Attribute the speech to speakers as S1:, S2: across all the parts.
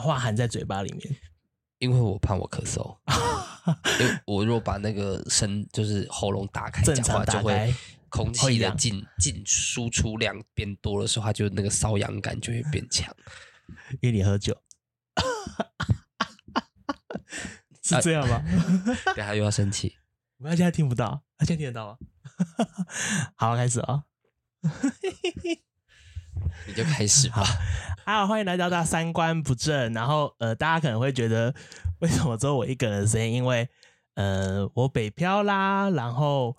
S1: 话含在嘴巴里面。
S2: 因为我怕我 咳嗽，因为我如果把那个声就是喉咙打开
S1: 正
S2: 讲
S1: 常
S2: 话，就
S1: 打开
S2: 会空
S1: 会
S2: 气的
S1: 痒
S2: 进进输出量变多的时候，它就那个瘙痒感就会变 强。
S1: 因为你喝酒， 是这 样吗？
S2: 对，他又要生气。
S1: 呃我们现在听不到，啊现在听得到吗？ 好，开始啊、
S2: 你就开始吧。
S1: 啊，欢迎来到大家三观不正。然后呃，大家可能会觉得为什么只有我一个人的声音？因为呃，我北漂啦，然后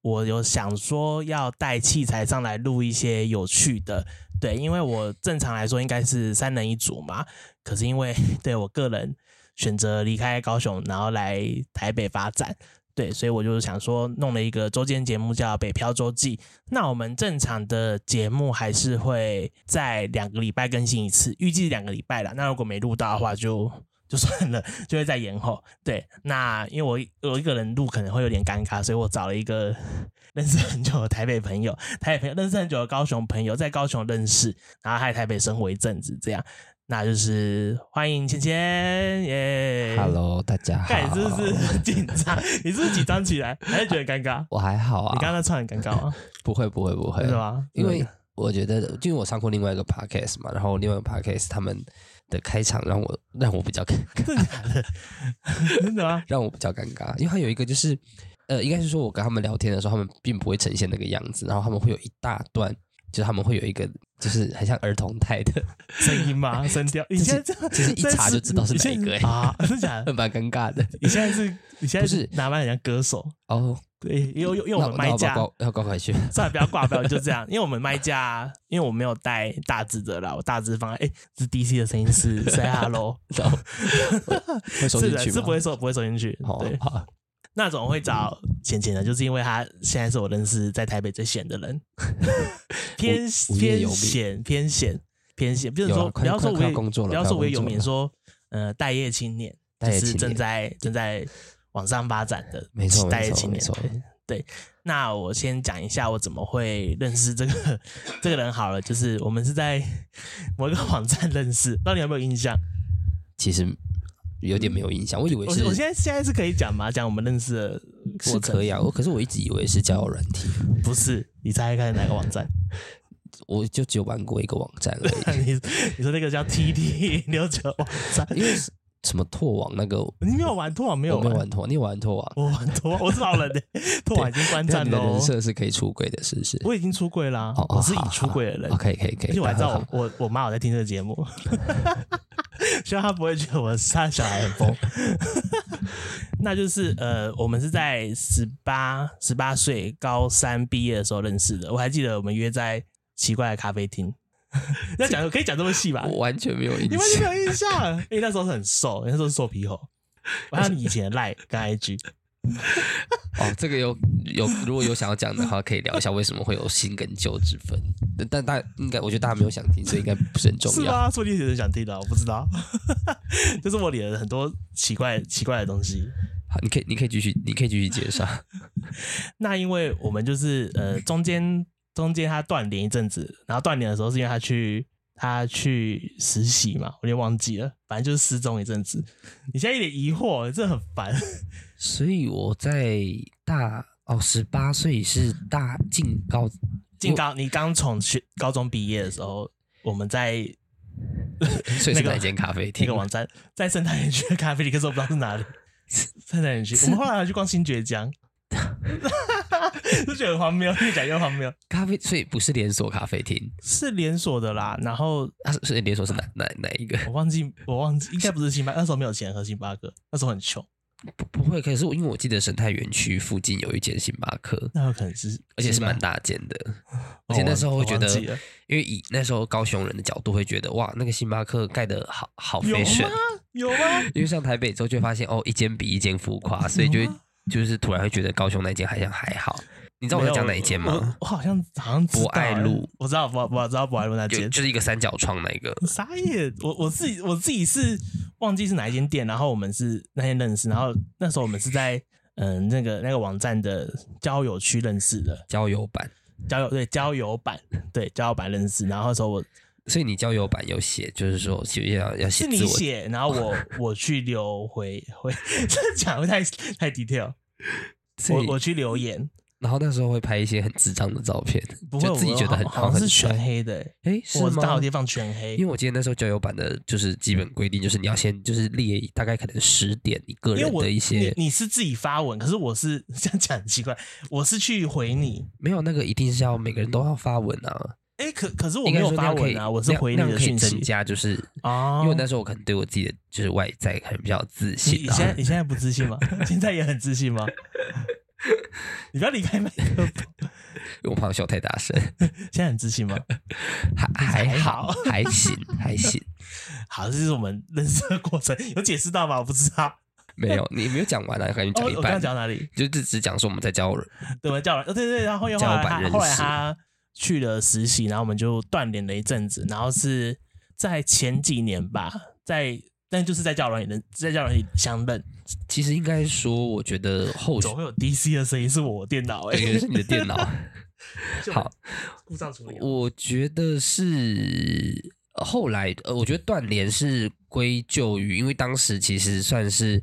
S1: 我有想说要带器材上来录一些有趣的。对，因为我正常来说应该是三人一组嘛，可是因为 对我个人选择离开高雄，然后来台北发展。对，所以我就想说，弄了一个周间节目叫《北漂周记》，那我们正常的节目还是会在两个礼拜更新一次，预计两个礼拜啦。那如果没录到的话就，就算了，就会再延后。对，那因为我我一个人录可能会有点尴尬，所以我找了一个认识很久的台北朋友，台北朋友认识很久的高雄朋友，在高雄认识，然后还台北生活一阵子，这样。那就是欢迎芊芊耶
S2: Hello，大 家好。
S1: 看你是不是很紧张？你是不是紧张 起来，还是觉得尴尬？
S2: 我还好啊。
S1: 你刚刚那串很尴尬吗？
S2: 不会不会不会
S1: 是，吗？
S2: 哎因为我觉得，因为我上过另外一个 podcast 嘛，然后另外一个 podcast 他们的开场让我让我比较尴
S1: 真的假的？真的 吗？
S2: 让我比较尴尬，因为他有一个就是，呃，应该是说我跟他们聊天的时候，他们并不会呈现那个样子，然后他们会有一大段，就是他们会有一个就是很像儿童态的，
S1: 声音吗？声调？你现在这样
S2: 其实一查就知道是哪一个
S1: 你现在
S2: 欸
S1: 啊？真的假的？
S2: 蛮尴尬的。
S1: 你现在是，你现在
S2: 不
S1: 是
S2: 是
S1: 哪班很像歌手？
S2: 哦，
S1: 对，因为因为
S2: 那
S1: 我们
S2: 那
S1: 麦
S2: 我
S1: 架
S2: 要，挂要挂回去，
S1: 算了，不要挂表，就这样。因为我们麦架，因为我没有带大字的啦，我大字放在，哎，是 DC 的声音是 Say Hello，
S2: 然后会收
S1: 是
S2: 进
S1: 的，
S2: 去
S1: 是
S2: 吗
S1: 不？会收不会收进去，
S2: 哦
S1: 对，。
S2: 好
S1: 那种会找浅浅的，就是因为他现在是我认识在台北最闲的 人，偏
S2: 无业
S1: 偏
S2: 游民
S1: 闲偏闲偏闲，不是
S2: 有啊
S1: 说
S2: 快
S1: 不要说
S2: 快
S1: 无
S2: 快
S1: 业
S2: 要工作了
S1: 不要说无业游
S2: 快要
S1: 民，
S2: 工
S1: 说呃待业青年，
S2: 待业
S1: 就是
S2: 青
S1: 正
S2: 年
S1: 在正在往上发展的，
S2: 没错没
S1: 待业
S2: 错
S1: 青
S2: 没
S1: 年。
S2: 错
S1: 对对，那我先讲一下我怎么会认识这个 这个人好了，就是我们是在 某一个网站认识，到底有没有印象？
S2: 其实有点没有印象，我以为
S1: 我
S2: 是
S1: 我现在现在是可以讲吗？讲我们认识的
S2: 是
S1: 过程
S2: 可以啊，我可是我一直以为是交友软体，
S1: 不是，你猜猜看哪个网站？
S2: 我就只有玩过一个网站而已。
S1: 你 你说那个叫 TT 六九网站？
S2: 因为什么拓网那个，
S1: 你没有玩拓网没有
S2: 我没有
S1: 玩？
S2: 玩拓，你有玩拓网？
S1: 我玩拓网，我是老 人的，拓网已经关
S2: 那
S1: 站哦
S2: 你的
S1: 喽
S2: 人。设是可以出轨的，是不是？
S1: 我已经出柜啦，
S2: 哦哦
S1: 我是已
S2: 好
S1: 出柜的人
S2: 好，可以可以可
S1: 而
S2: 以，
S1: 且我还知道
S2: 好好
S1: 我我我妈有在听这个节目， 希望她不会觉得我杀小孩很疯。 那就是呃，我们是在十八十八岁高三毕业的时候认识的，我还记得我们约在奇怪的咖啡厅。 要讲可以讲这么细吧？
S2: 我啊完全没有
S1: 你
S2: 印
S1: 完全
S2: 象。
S1: 没有印象， 因为那时候很瘦，那时候是瘦皮猴。我看你以前的赖跟 IG，
S2: 哦，这个有有，如果有想要讲的话，可以聊一下为什么会有新跟旧之分。但但大家应该，我觉得大家没有想听，所以应该不是很重
S1: 是
S2: 要。
S1: 吗？说不定有人想听的，我不知道。 就是我脸了很多奇怪奇怪的东西。
S2: 好，你可以你可以继续，你可以继续介绍。
S1: 那因为我们就是呃中间中间他断联一阵子，然后断联的时候是因为他去他去实习嘛，我有点忘记了，反正就是失踪一阵子。你现在有点疑惑，这很烦。
S2: 所以我在大哦十八岁是大进高
S1: 进高你刚从学高中毕业的时候，我们在
S2: 所
S1: 那
S2: 以是
S1: 个
S2: 哪间咖啡厅？
S1: 那个网站，在生态园区的咖啡厅，可是我不知道是哪里。 生态园区，我们后来还去逛新觉江， 就觉得很荒谬，越讲越荒谬。
S2: 咖啡，所以不是连锁咖啡厅，
S1: 是连锁的啦，然后
S2: 它是所以连锁是哪哪哪一个？
S1: 我忘记，我忘记，应该不是星巴克，那时候没有钱喝星巴克，那时候很穷，
S2: 不不会，可是我因为我记得生态园区附近有一间星巴克，
S1: 那有可能是，
S2: 而且是蛮
S1: 大，
S2: 大间的。而且那时候会觉得，
S1: 哦我忘记了
S2: 因为以那时候高雄人的角度会觉得，哇，那个星巴克盖的好好
S1: 有
S2: fashion。
S1: 吗？有吗？
S2: 因为上台北之后就会发现，哦，一间比一间浮夸，所以就会就是突然会觉得高雄那间好像还好。你知道我在讲哪一间
S1: 没有嗯
S2: 吗？
S1: 我我好像好像知道
S2: 博爱路
S1: 欸，我知道博我知道博爱路那
S2: 就
S1: 间，嗯
S2: 就是一个三角窗那个，
S1: 傻眼！我我自己我自己是忘记是哪一间店，然后我们是那天认识，然后那时候我们是在嗯、那个那个网站的交友区认识的，
S2: 交友版。
S1: 交友对交友版对交友版认识，然后那时候我
S2: 所以你交友版有写，就是说就要要写
S1: 是你
S2: 自我
S1: 写，然后我我去留回回， 这讲的太太 detail。
S2: 自
S1: 我
S2: 己
S1: 我去留言，
S2: 然后那时候会拍一些很智障的照片，
S1: 不会，
S2: 就自己
S1: 我
S2: 觉得很
S1: 好好像是全
S2: 帅。
S1: 黑的、欸，
S2: 哎，是
S1: 我大
S2: 吗
S1: 好？地方全黑
S2: 因为。我记得那时候交友版的就是基本规定，就是你要先就是列大概可能十点你个
S1: 因为
S2: 人
S1: 我
S2: 的一些，
S1: 你你是自己发文，可是我是 这样讲很奇怪，我是去回你，
S2: 没有那个一定是要每个人都要发文啊。
S1: 哎、可可是我
S2: 应
S1: 没
S2: 该
S1: 有
S2: 说那
S1: 发
S2: 样可以
S1: 文啊，我是回
S2: 那
S1: 你
S2: 样
S1: 的
S2: 那样可
S1: 讯
S2: 以
S1: 息
S2: 增加，就是
S1: 哦
S2: 因为那时候我可能对我自己的就是外在可能比较自
S1: 你
S2: 信
S1: 你
S2: 啊。
S1: 现在你现在不自 信吗？现在也很自信吗？ 你不要离开麦克风，
S2: 因为我怕我笑太大声，
S1: 现在很自信吗？
S2: 还还
S1: 好
S2: 好，还行，还行。
S1: 好，这是我们认识的过程，有解释到吗？我不知道。
S2: 没有，你没有讲 完啊，赶紧
S1: 哦，
S2: 讲一
S1: 我我刚
S2: 半
S1: 刚。讲到哪里？
S2: 就只只讲说我们在交友
S1: 对，我们叫了，哦对对对，然后后面后
S2: 叫
S1: 来
S2: 板
S1: 他
S2: 认识
S1: 后来他去了实习，然后我们就断联了一阵子，然后是在前几年吧，在但就是在教软里在教软里相认，
S2: 其实应该说，我觉得后续
S1: 总会有 DC 的声音是我电脑哎、
S2: 对，
S1: 欸，
S2: 是你的电脑。好，
S1: 故障处理了。
S2: 我觉得是后来，呃，我觉得断联是归咎于，因为当时其实算是，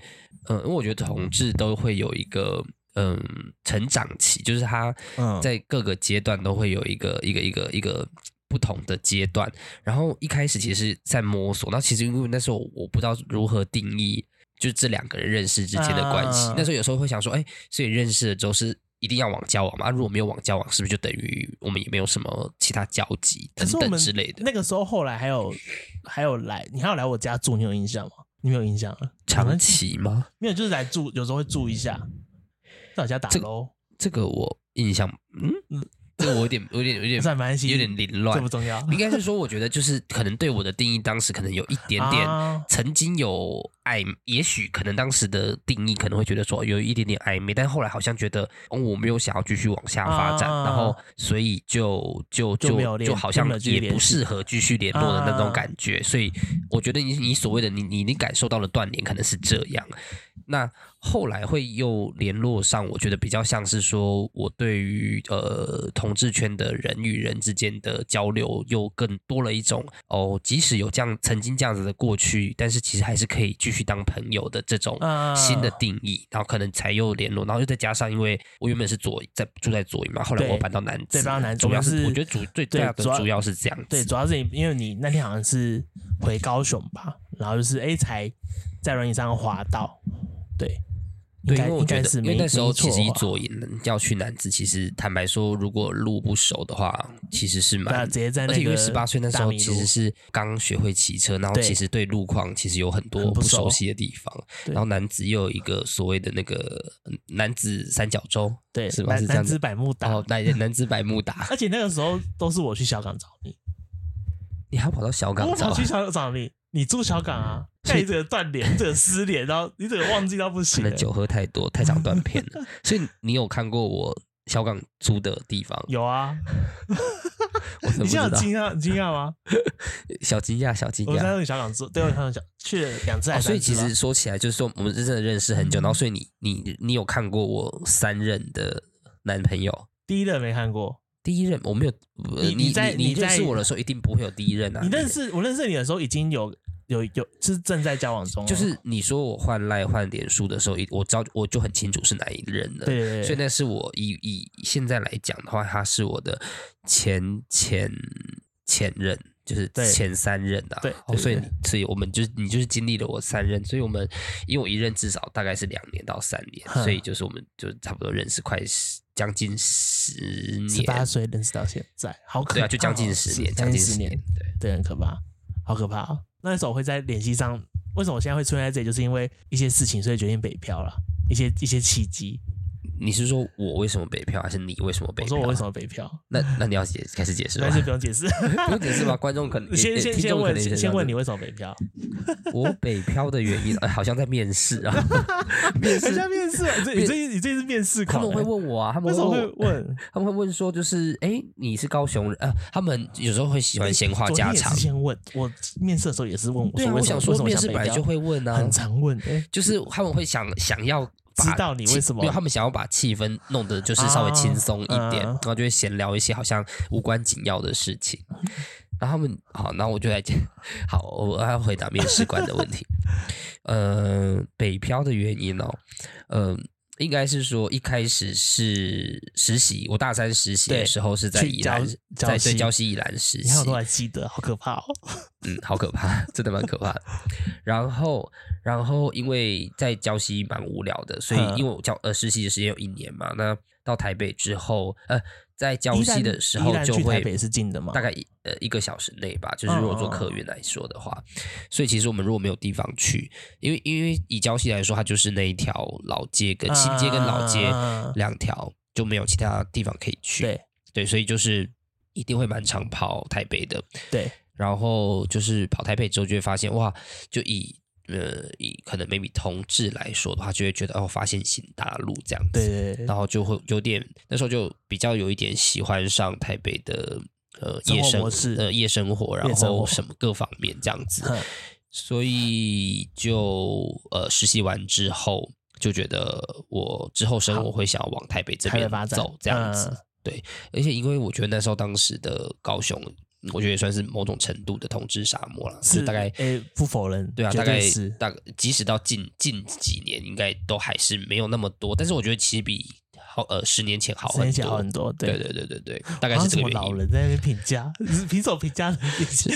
S2: 嗯、因为我觉得同志都会有一个。嗯，成长期就是他
S1: 嗯
S2: 在各个阶段都会有一个、一个一个一个不同的阶段，然后一开始其实是在摸索，那其实因为那时候我不知道如何定义，就是这两个人认识之间的关系。
S1: 啊
S2: 那时候有时候会想说，哎，所以认识了之后是一定要往交往嘛？啊如果没有往交往，是不是就等于我们也没有什么其他交集
S1: 可
S2: 等
S1: 是我
S2: 等
S1: 们
S2: 之类的？
S1: 那个时候后来还有还有来，你还有来我家住，你有印象吗？你没有印象了？我
S2: 长
S1: 们
S2: 期吗？
S1: 没有，就是来住，有时候会住一下，在我家打
S2: 这
S1: 喽，
S2: 这个我印象，嗯，这个我有点有点有 点
S1: 算蛮
S2: 有点凌
S1: 这
S2: 乱
S1: 不。重要。
S2: 应该是说，我觉得就是可能对我的定义，当时可能有一点点
S1: 啊
S2: 曾经有暧昧，也许可能当时的定义可能会觉得说有一点点暧昧，但后来好像觉得，哦，我没有想要继续往下发展，
S1: 啊
S2: 然后所以就就
S1: 就没有
S2: 就
S1: 联
S2: 就好像
S1: 就没有继续
S2: 也不
S1: 联系
S2: 适合继续联络的那
S1: 啊
S2: 种感觉，所以我觉得你你所谓的你你你感受到的断联可能是这样，那后来会又联络上，我觉得比较像是说我对于呃同志圈的人与人之间的交流又更多了一种哦，即使有这样曾经这样子的过去，但是其实还是可以继续当朋友的这种
S1: 啊
S2: 新的定义，然后可能才又联络，然后又再加上因为我原本是左在住在左营嘛，后来
S1: 对
S2: 我搬到南子，
S1: 对搬到南子
S2: 主要
S1: 我们
S2: 是
S1: 是
S2: 我觉得主最
S1: 对
S2: 大的
S1: 主要
S2: 主要是这样子，
S1: 对，主要是你，因为你那天好像是回高雄吧，然后就是哎、才在轮椅上滑到，对，应
S2: 对，因
S1: 该
S2: 为我
S1: 应
S2: 觉
S1: 该
S2: 得，
S1: 是
S2: 因
S1: 没
S2: 为那时候其实
S1: 没
S2: 一
S1: 错
S2: 左营要去南子，其实坦白说，如果路不熟的话，其实是
S1: 的话，那
S2: 蛮
S1: 啊直。接在
S2: 而
S1: 那
S2: 且因为
S1: 个
S2: 十八岁那时
S1: 大
S2: 候
S1: 迷
S2: 其
S1: 路
S2: 实是刚学会骑车，然后
S1: 对
S2: 其实对路况其实有很多
S1: 很不
S2: 不
S1: 熟
S2: 熟悉的地方。
S1: 对
S2: 然后南子又有一个所谓的那个嗯南子三角洲，
S1: 对
S2: 是吧？
S1: 南
S2: 是这
S1: 南
S2: 样
S1: 子
S2: 子。
S1: 百慕达，
S2: 哦， 南南子百慕达，
S1: 而且那个时候都是我去小港找你，
S2: 你还跑到小港
S1: 我
S2: 找啊
S1: 跑去小港找你，你住小港啊，看你这个断联，这个失联，然后你这个忘记到不
S2: 可
S1: 行了
S2: 能，嗯酒喝太多，太常断片 了。所以你有看过我小港租的地方？
S1: 有啊，
S2: 我怎
S1: 你
S2: 么不知
S1: 现在有
S2: 道？
S1: 惊讶你惊讶吗？
S2: 小惊讶，小惊
S1: 我
S2: 讶。
S1: 在那个小港住，对我上小去了两次还
S2: 哦、
S1: 是
S2: 所
S1: 三
S2: 以
S1: 次
S2: 其
S1: 吧，嗯
S2: 实说起来，就是说我们真正认识很久，然后所以你你你有看过我三任的男朋友？
S1: 第一任没看过，
S2: 第一任我没有，呃
S1: 你你
S2: 你
S1: 在
S2: 你
S1: 你在
S2: 认识我的时候一定不会有第一任啊！
S1: 你认识我认识你的时候已经有有有是正在交往中了，
S2: 就是你说我换赖换脸书的时候，一我知道我就很清楚是哪一任了。
S1: 对对对，
S2: 所以那是我以以现在来讲的话，他是我的前前前任，就是
S1: 对
S2: 前三任啊。
S1: 对对
S2: 哦，所以
S1: 对
S2: 你所以我们就是你就是经历了我三任，所以我们因为我一任至少大概是两年到三年，
S1: 哼
S2: 所以就是我们就差不多认识快十将近十
S1: 十八
S2: 年，
S1: 岁认识到现在，好可怕哦、
S2: 对啊，就将近十年，
S1: 将
S2: 将近
S1: 十
S2: 十年，对。
S1: 对，很可怕，好可怕、哦。那时候我会在联系上，为什么我现在会出现在这里，就是因为一些事情，所以决定北漂了，一些一些契机。
S2: 你是说我为什么北漂，还是你为什么北
S1: 我
S2: 漂？
S1: 说我为什
S2: 么？
S1: 么北 漂，
S2: 那那你要解开始解释吧
S1: 但。是不用解 释。
S2: 不用解释吧，观众可能
S1: 先
S2: 也
S1: 先
S2: 听
S1: 先
S2: 众可
S1: 问
S2: 能也
S1: 先
S2: 想
S1: 先
S2: 知道
S1: 问你为什么北 漂？
S2: 我北漂的原因， 呃、好像在面试 啊，面
S1: 人家
S2: 试。
S1: 面试，你这你这你这是面试
S2: 他
S1: 狂、
S2: 们会
S1: 欸。
S2: 问我啊，他
S1: 为
S2: 们
S1: 什
S2: 会
S1: 么 会
S2: 问我，
S1: 问？
S2: 他们会问说，就是哎、诶你是高雄人啊？他们有时候会喜欢闲话
S1: 昨天
S2: 家
S1: 也是
S2: 常。
S1: 先问我面试的时候也是问我
S2: 对
S1: 说
S2: 啊，
S1: 为
S2: 我
S1: 什么，
S2: 想
S1: 为
S2: 说
S1: 什么
S2: 面
S1: 想
S2: 试
S1: 北
S2: 本来
S1: 漂
S2: 就会问啊
S1: 很，常问，哎、
S2: 就是他们会想想要把
S1: 知道你
S2: 气
S1: 为什么
S2: 没有，他们想要把气氛弄得就是稍微轻松一点，
S1: 啊嗯嗯
S2: 然后就会闲聊一些好像无关紧要的事情。然后他们好，那我就来讲，好，我要回答面试官的 问题。呃，北漂的原因哦，呃，应该是说一开始是实习，我大三实习的
S1: 对
S2: 时候是在
S1: 去
S2: 宜
S1: 礁
S2: 兰，
S1: 礁
S2: 在对
S1: 溪
S2: 礁溪宜兰实
S1: 你看我
S2: 习
S1: 都，还记得，好可怕 哦！
S2: 嗯，好可怕，真的蛮可怕的。然后，然后因为在礁溪蛮无聊的，所以
S1: 嗯
S2: 因为我教呃实习的时间有一年嘛，那到台北之后，呃，在礁
S1: 宜
S2: 溪
S1: 兰
S2: 的时
S1: 宜
S2: 候
S1: 兰
S2: 就
S1: 去台
S2: 会
S1: 北是近的吗
S2: 大概一呃一个小时内吧，就是如果
S1: 嗯
S2: 坐
S1: 嗯嗯
S2: 客运来说的话，所以其实我们如果没有地方去，因为因为以礁溪来说，它就是那一条老街跟新街跟老街
S1: 啊
S2: 两条，就没有其他地方可以去。
S1: 对
S2: 对，所以就是一定会蛮常跑台北的。
S1: 对，
S2: 然后就是跑台北之后，就会发现哇，就以呃以可能 maybe 同志来说的话，就会觉得哦，发现新大陆这样子。
S1: 对对对，
S2: 然后就会有点那时候就比较有一点喜欢上台北的呃
S1: 生活
S2: 夜生
S1: 模式
S2: 呃夜生活，然
S1: 夜生
S2: 后
S1: 活
S2: 什么各方面这样子
S1: 哼，
S2: 所以就呃实习完之后就觉得我之后生活会想要往台北这
S1: 台
S2: 边
S1: 北发展
S2: 走这样子，
S1: 嗯
S2: 对，而且因为我觉得那时候当时的高雄，我觉得也算是某种程度的同志沙漠了，就是大概
S1: 诶哎不否认，
S2: 对啊，
S1: 绝
S2: 大概
S1: 是
S2: 大概，即使到近近几年，应该都还是没有那么多，但是我觉得其实比好呃十年前好
S1: 之
S2: 很
S1: 前讲
S2: 多。
S1: 好很多，
S2: 对
S1: 对
S2: 对对对对，
S1: 大
S2: 大概是
S1: 什
S2: 这个
S1: 么
S2: 原
S1: 老
S2: 因。
S1: 人在那边评价， 凭什么评价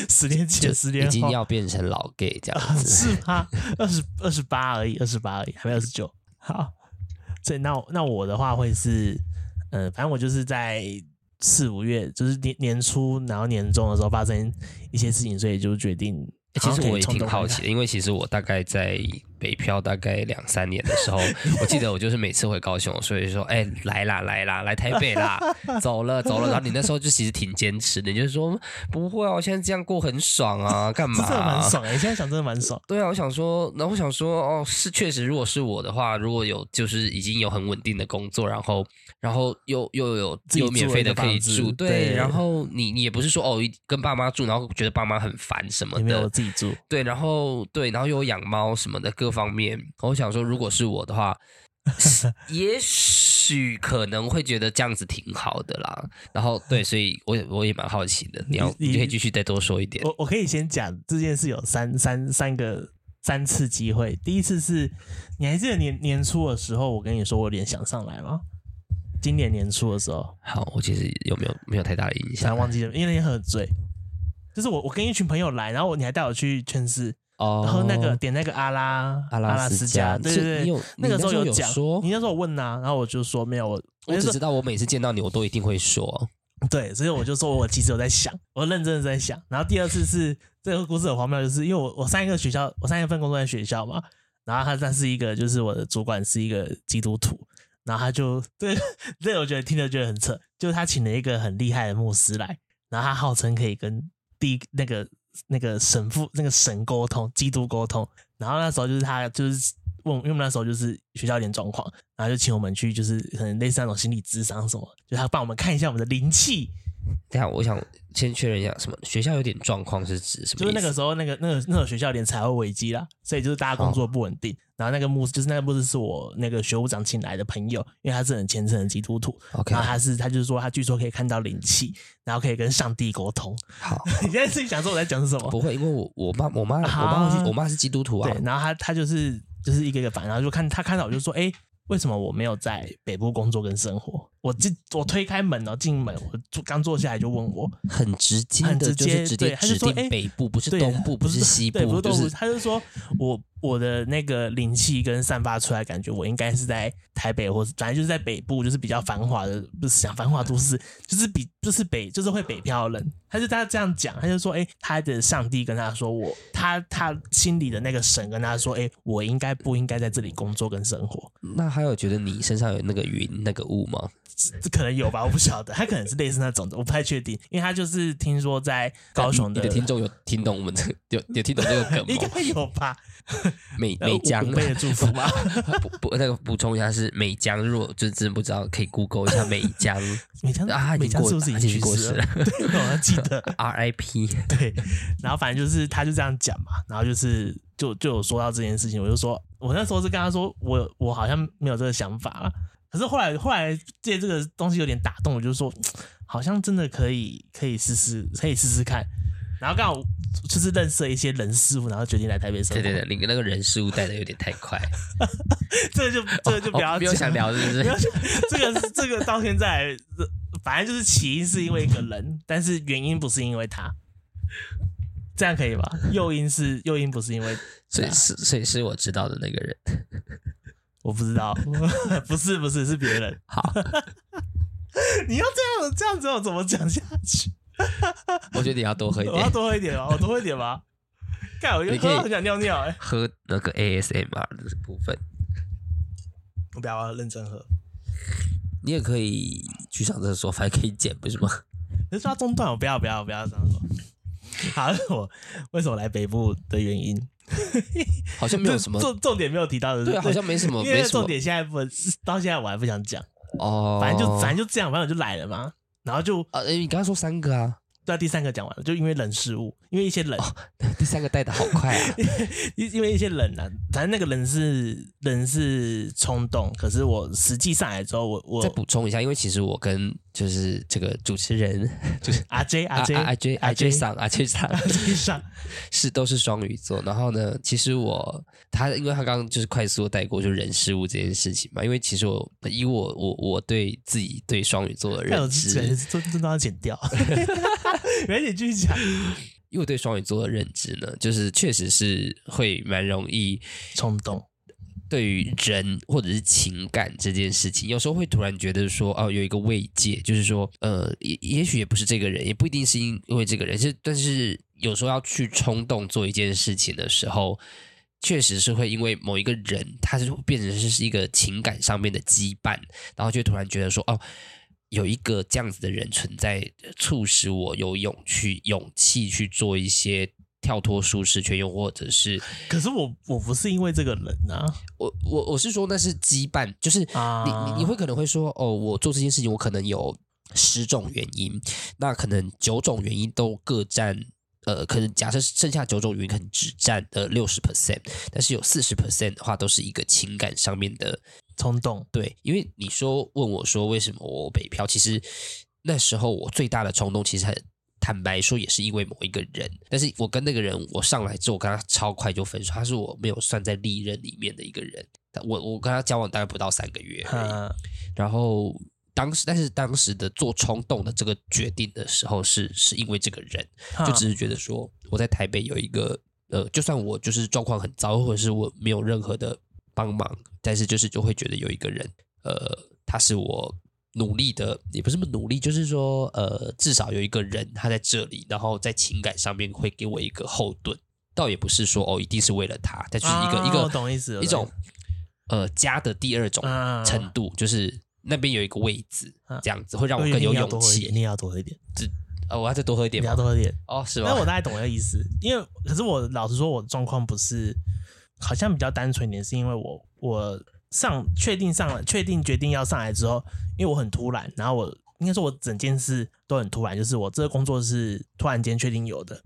S1: 十年前、十
S2: 已
S1: 年
S2: 经
S1: 后
S2: 要变成老 gay 这 样子。
S1: 是吗？二十二十八而已，二十八而已，还没二十九。好，所以那我那我的话会是，呃，反正我就是在四五月，就是年年初，然后年终的时候发生一些事情，所以就决定。
S2: 哎欸其
S1: 好像
S2: 实
S1: 可以
S2: 我也
S1: 冲
S2: 挺
S1: 动看
S2: 好奇
S1: 看，
S2: 的，因为其实我大概在北漂大概两三年的时候，我记得我就是每次回高雄，所以说，哎、来啦来啦，来台北啦，走了走了。然后你那时候就其实挺坚持的，你就说不会啊，我现在这样过很爽啊，干嘛、
S1: 这
S2: 啊？
S1: 真的蛮爽的、欸现在想真的蛮爽。
S2: 对啊，我想说，然后我想说，哦，是确实，如果是我的话，如果有就是已经有很稳定的工作，然后然后又又有
S1: 自己
S2: 又有免
S1: 住了
S2: 费
S1: 一
S2: 的
S1: 个
S2: 可
S1: 房
S2: 以
S1: 子
S2: 住，对，
S1: 对
S2: 然后你你也不是说哦一跟爸妈住，然后觉得爸妈很烦什么
S1: 也没有我
S2: 的，
S1: 自己住，
S2: 对，然后对，然后又有养猫什么的各方面，我想说，如果是我的话，是也许可能会觉得这样子挺好的啦。然后 对，所以我也我也蛮好奇的，你要
S1: 你哦
S2: 你可以继续再多说一点，
S1: 我我可以先讲这件事有三三三个三次机会。第一次是你还记得年年初的时候，我跟你说我脸想上来吗？今年年初的时候，
S2: 好，我其实有没有没有太大的印
S1: 想要。
S2: 象
S1: 忘记了，因为那天喝醉。就是我，我跟一群朋友来，然后我你还带我去劝世，
S2: 哦，
S1: 然后那个、点那个阿拉
S2: 阿
S1: 拉
S2: 拉斯
S1: 斯加，对
S2: 是
S1: 对
S2: 你
S1: 对，
S2: 有
S1: 那个时候
S2: 有
S1: 讲，
S2: 说
S1: 你，那时候有问啊呐、然后我就说没有，我
S2: 我
S1: 就
S2: 只
S1: 说
S2: 知道我每次见到你，我都一定会说，
S1: 对，所以我就说我其实有在想，我认真的在想。然后第二次是这个故事很荒谬，就是因为我我上一个学校，我上一份工作在学校嘛，然后他他是一个就是我的主管是一个基督徒，然后他就这个 这个我觉得听着觉得很扯，就是他请了一个很厉害的牧师来，然后他号称可以跟第一那个那个神父那个神沟通，基督沟通。然后那时候就是他就是问，因为我们那时候就是学校有点状况，然后就请我们去就是可能类似那种心理咨商什么，就他帮我们看一下我们的灵气，
S2: 等一下我想先确认一下，什么学校有点状况是指什么意思？
S1: 就是那个时候那个那个那个学校有点财务危机啦，所以就是大家工作不稳定。然后那个牧师就是那个牧师是我那个学务长请来的朋友，因为他是很虔诚的基督徒，
S2: OK，
S1: 然后他是他就是说他据说可以看到灵气，然后可以跟上帝沟通。
S2: 好，
S1: 你现在自己想说我在讲什么？
S2: 不会，因为我我妈我妈我妈
S1: 啊
S2: 是我妈是基督徒啊
S1: 对，，然后他他就是就是一个一个反，然后就看他看到我就说，哎、为什么我没有在北部工作跟生活？我进我推开门哦，进门我坐刚坐下来就问我，
S2: 很直接
S1: 很
S2: 的，
S1: 直
S2: 就
S1: 接
S2: 是直
S1: 对
S2: 接
S1: 他就
S2: 指
S1: 说
S2: 定
S1: 哎
S2: 北部，不是
S1: 对
S2: 东部，
S1: 不
S2: 是西
S1: 对，不
S2: 部，
S1: 是
S2: 就
S1: 东部，
S2: 是
S1: 他就说我我的那个灵气跟散发出来感觉，我应该是在台北，或是反正就是在北部，就是比较繁华的，不是想繁华都市，就是比就是北就是会北漂的人。他就他这样讲，他就说，哎、他的上帝跟他说我，他他心里的那个神跟他说，哎、我应该不应该在这里工作跟生活？
S2: 那还有觉得你身上有那个云那个雾吗？
S1: 这可能有吧，我不晓得，他可能是类似那种的，我不太确定，因为他就是听说在高雄
S2: 你
S1: 的
S2: 的听众有听懂我们这个 有有听懂这个梗
S1: 应
S2: 吗？
S1: 该有吧，
S2: 美美江
S1: 呃五五倍 的祝福吧。
S2: 补补那个补充一下是美江，如果真真不知道，可以 Google 一下美江
S1: 美江
S2: 啊，
S1: 美
S2: 已经
S1: 江
S2: 过
S1: 是不是
S2: 他
S1: 已
S2: 已
S1: 经
S2: 经过
S1: 去
S2: 世
S1: 世了？ 对，我还记得。
S2: ，RIP。
S1: 对，然后反正就是他就这样讲嘛，然后就是就就有说到这件事情，我就说我那时候是跟他说我我好像没有这个想法了，可是后来后来借这个东西有点打动，我就说好像真的可以可以试试可以试试看，然后刚好就是认识了一些人事物，然后决定来台北生
S2: 对
S1: 活。
S2: 对对，你那个人事物带的有点太快，
S1: 这个就这 个就不要、
S2: 哦没有想，聊是不
S1: 没
S2: 是
S1: 有？想这个是这个到现在，这反正就是起因是因为一个人，但是原因不是因为他，这样可以吧？诱因是诱因，不是因为
S2: 所以是所以是我知道的那个人。
S1: 我不知道， 不是不是是别人。
S2: 好，
S1: 你要这样这样子，我怎么讲下去？
S2: 我觉得你要多喝 一
S1: 我要
S2: 点，
S1: 多喝一点吧，哦我多喝一点吧。干，我又
S2: 你可以
S1: 很想尿尿哎、
S2: 喝那个 ASMR 的部分，
S1: 我不要，我要认真喝。
S2: 你也可以去上厕所，反正可以剪，不是吗？
S1: 可是说要中断，我不要不要不要这样说。好，我为什么来北部的原因，
S2: 好像没有什么，
S1: 重重点没有提到的，
S2: 对，啊好像没什么，
S1: 因为
S2: 没
S1: 那
S2: 什么
S1: 重点现在不到现在我还不想讲，
S2: 哦。
S1: 反正就反正就这样，反正我就来了嘛。然后就
S2: 啊，诶你刚刚说三个啊，
S1: 对啊第三个讲完了，就因为人事物，因为一些人，
S2: 哦第三个带的好快啊。
S1: 因因为一些人啊，反正那个人是人是冲动，可是我实际上来之后， 我
S2: 再
S1: 我
S2: 补充一下，因为其实我跟就是这个主持人，就是
S1: 阿 J 阿 J
S2: 阿 J 阿 J
S1: 上
S2: 上阿 J 上
S1: 上，
S2: 是都是双鱼座。然后呢，其实我他因为他刚刚就是快速地带过就人事物这件事情嘛，因为其实我以我我我对自己对双鱼座的
S1: 哎看我
S2: 认
S1: 这
S2: 知，
S1: 真真的要剪 掉，没你继续讲，
S2: 因为我对双鱼座的认知呢，就是确实是会蛮容易
S1: 冲动，
S2: 对于人或者是情感这件事情，有时候会突然觉得说，哦，有一个慰藉，就是说，呃，也也许也不是这个人，也不一定是因为这个人，是但是有时候要去冲动做一件事情的时候，确实是会因为某一个人，他是变成是一个情感上面的羁绊，然后就突然觉得说，哦。有一个这样子的人存在，促使我有勇去勇气去做一些跳脱舒适圈，又或者是
S1: 可是我我不是因为这个人啊，
S2: 我我我是说那是羁绊，就是你、
S1: 啊
S2: 你你会可能会说哦，我做这件事情我可能有十种原因，那可能九种原因都各占。呃，可能假设剩下九种原因，可能只占呃六十 percent，但是有四十 percent 的话，都是一个情感上面的
S1: 冲动，
S2: 对，因为你说问我说为什么我北漂，其实那时候我最大的冲动，其实很坦白说也是因为某一个人，但是我跟那个人我上来之后，我跟他超快就分手，他是我没有算在历任里面的一个人，但我我跟他交往大概不到三个月而已，
S1: 嗯，
S2: 然后。当时，但是当时的做冲动的这个决定的时候是，是因为这个人，
S1: 嗯
S2: 就只是觉得说我在台北有一个呃，就算我就是状况很糟，或者是我没有任何的帮忙，但是就是就会觉得有一个人，呃，他是我努力的，也不是那么努力，就是说呃，至少有一个人他在这里，然后在情感上面会给我一个后盾，倒也不是说哦一定是为了他，但就是一个、
S1: 啊
S2: 一
S1: 我
S2: 个
S1: 懂意思，我懂
S2: 一种呃家的第二种
S1: 啊
S2: 程度，就是那边有一个位置
S1: 啊，
S2: 这样子会让我
S1: 因为
S2: 更
S1: 你
S2: 有
S1: 也要
S2: 勇
S1: 多喝一点
S2: 气
S1: 你。也要多喝一点，
S2: 呃，我要再多喝一点
S1: 你
S2: 吗
S1: 要多喝一点。
S2: 哦，是吗？
S1: 但我大概懂那个意思，因为可是我老实说，我的状况不是好像比较单纯一点，是因为我我上确定上来，确定决定要上来之后，因为我很突然，然后我应该说我整件事都很突然，就是我这个工作是突然间确定有的，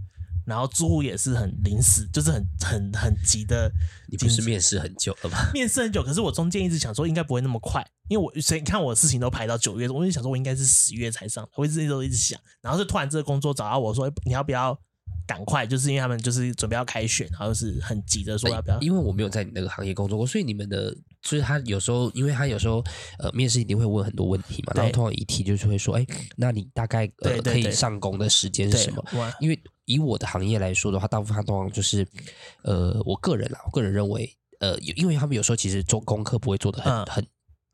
S1: 然后租户也是很临时，就是很很很急的
S2: 你不是
S1: 嗯
S2: 面试很久了吗？
S1: 面试很久，可是我中间一直想说应该不会那么快，因为我所以你看我的事情都排到九月，我就想说我应该是十月才上，我一直一直都一直想，然后就突然这个工作找到我说你要不要赶快，就是因为他们就是准备要开选，然后就是很急着说要不要，
S2: 因为我没有在你那个行业工作过，所以你们的就是他有时候，因为他有时候呃面试一定会问很多问题嘛，
S1: 对
S2: 然后通常一题就是会说，哎，那你大概呃
S1: 对对对
S2: 可以上工的时间是
S1: 对
S2: 什么？，
S1: 我啊
S2: 因为以我的行业来说的话，大部分他通常就是呃，我个人啦，我个人认为呃，有因为他们有时候其实做功课不会做的很、
S1: 嗯
S2: 很。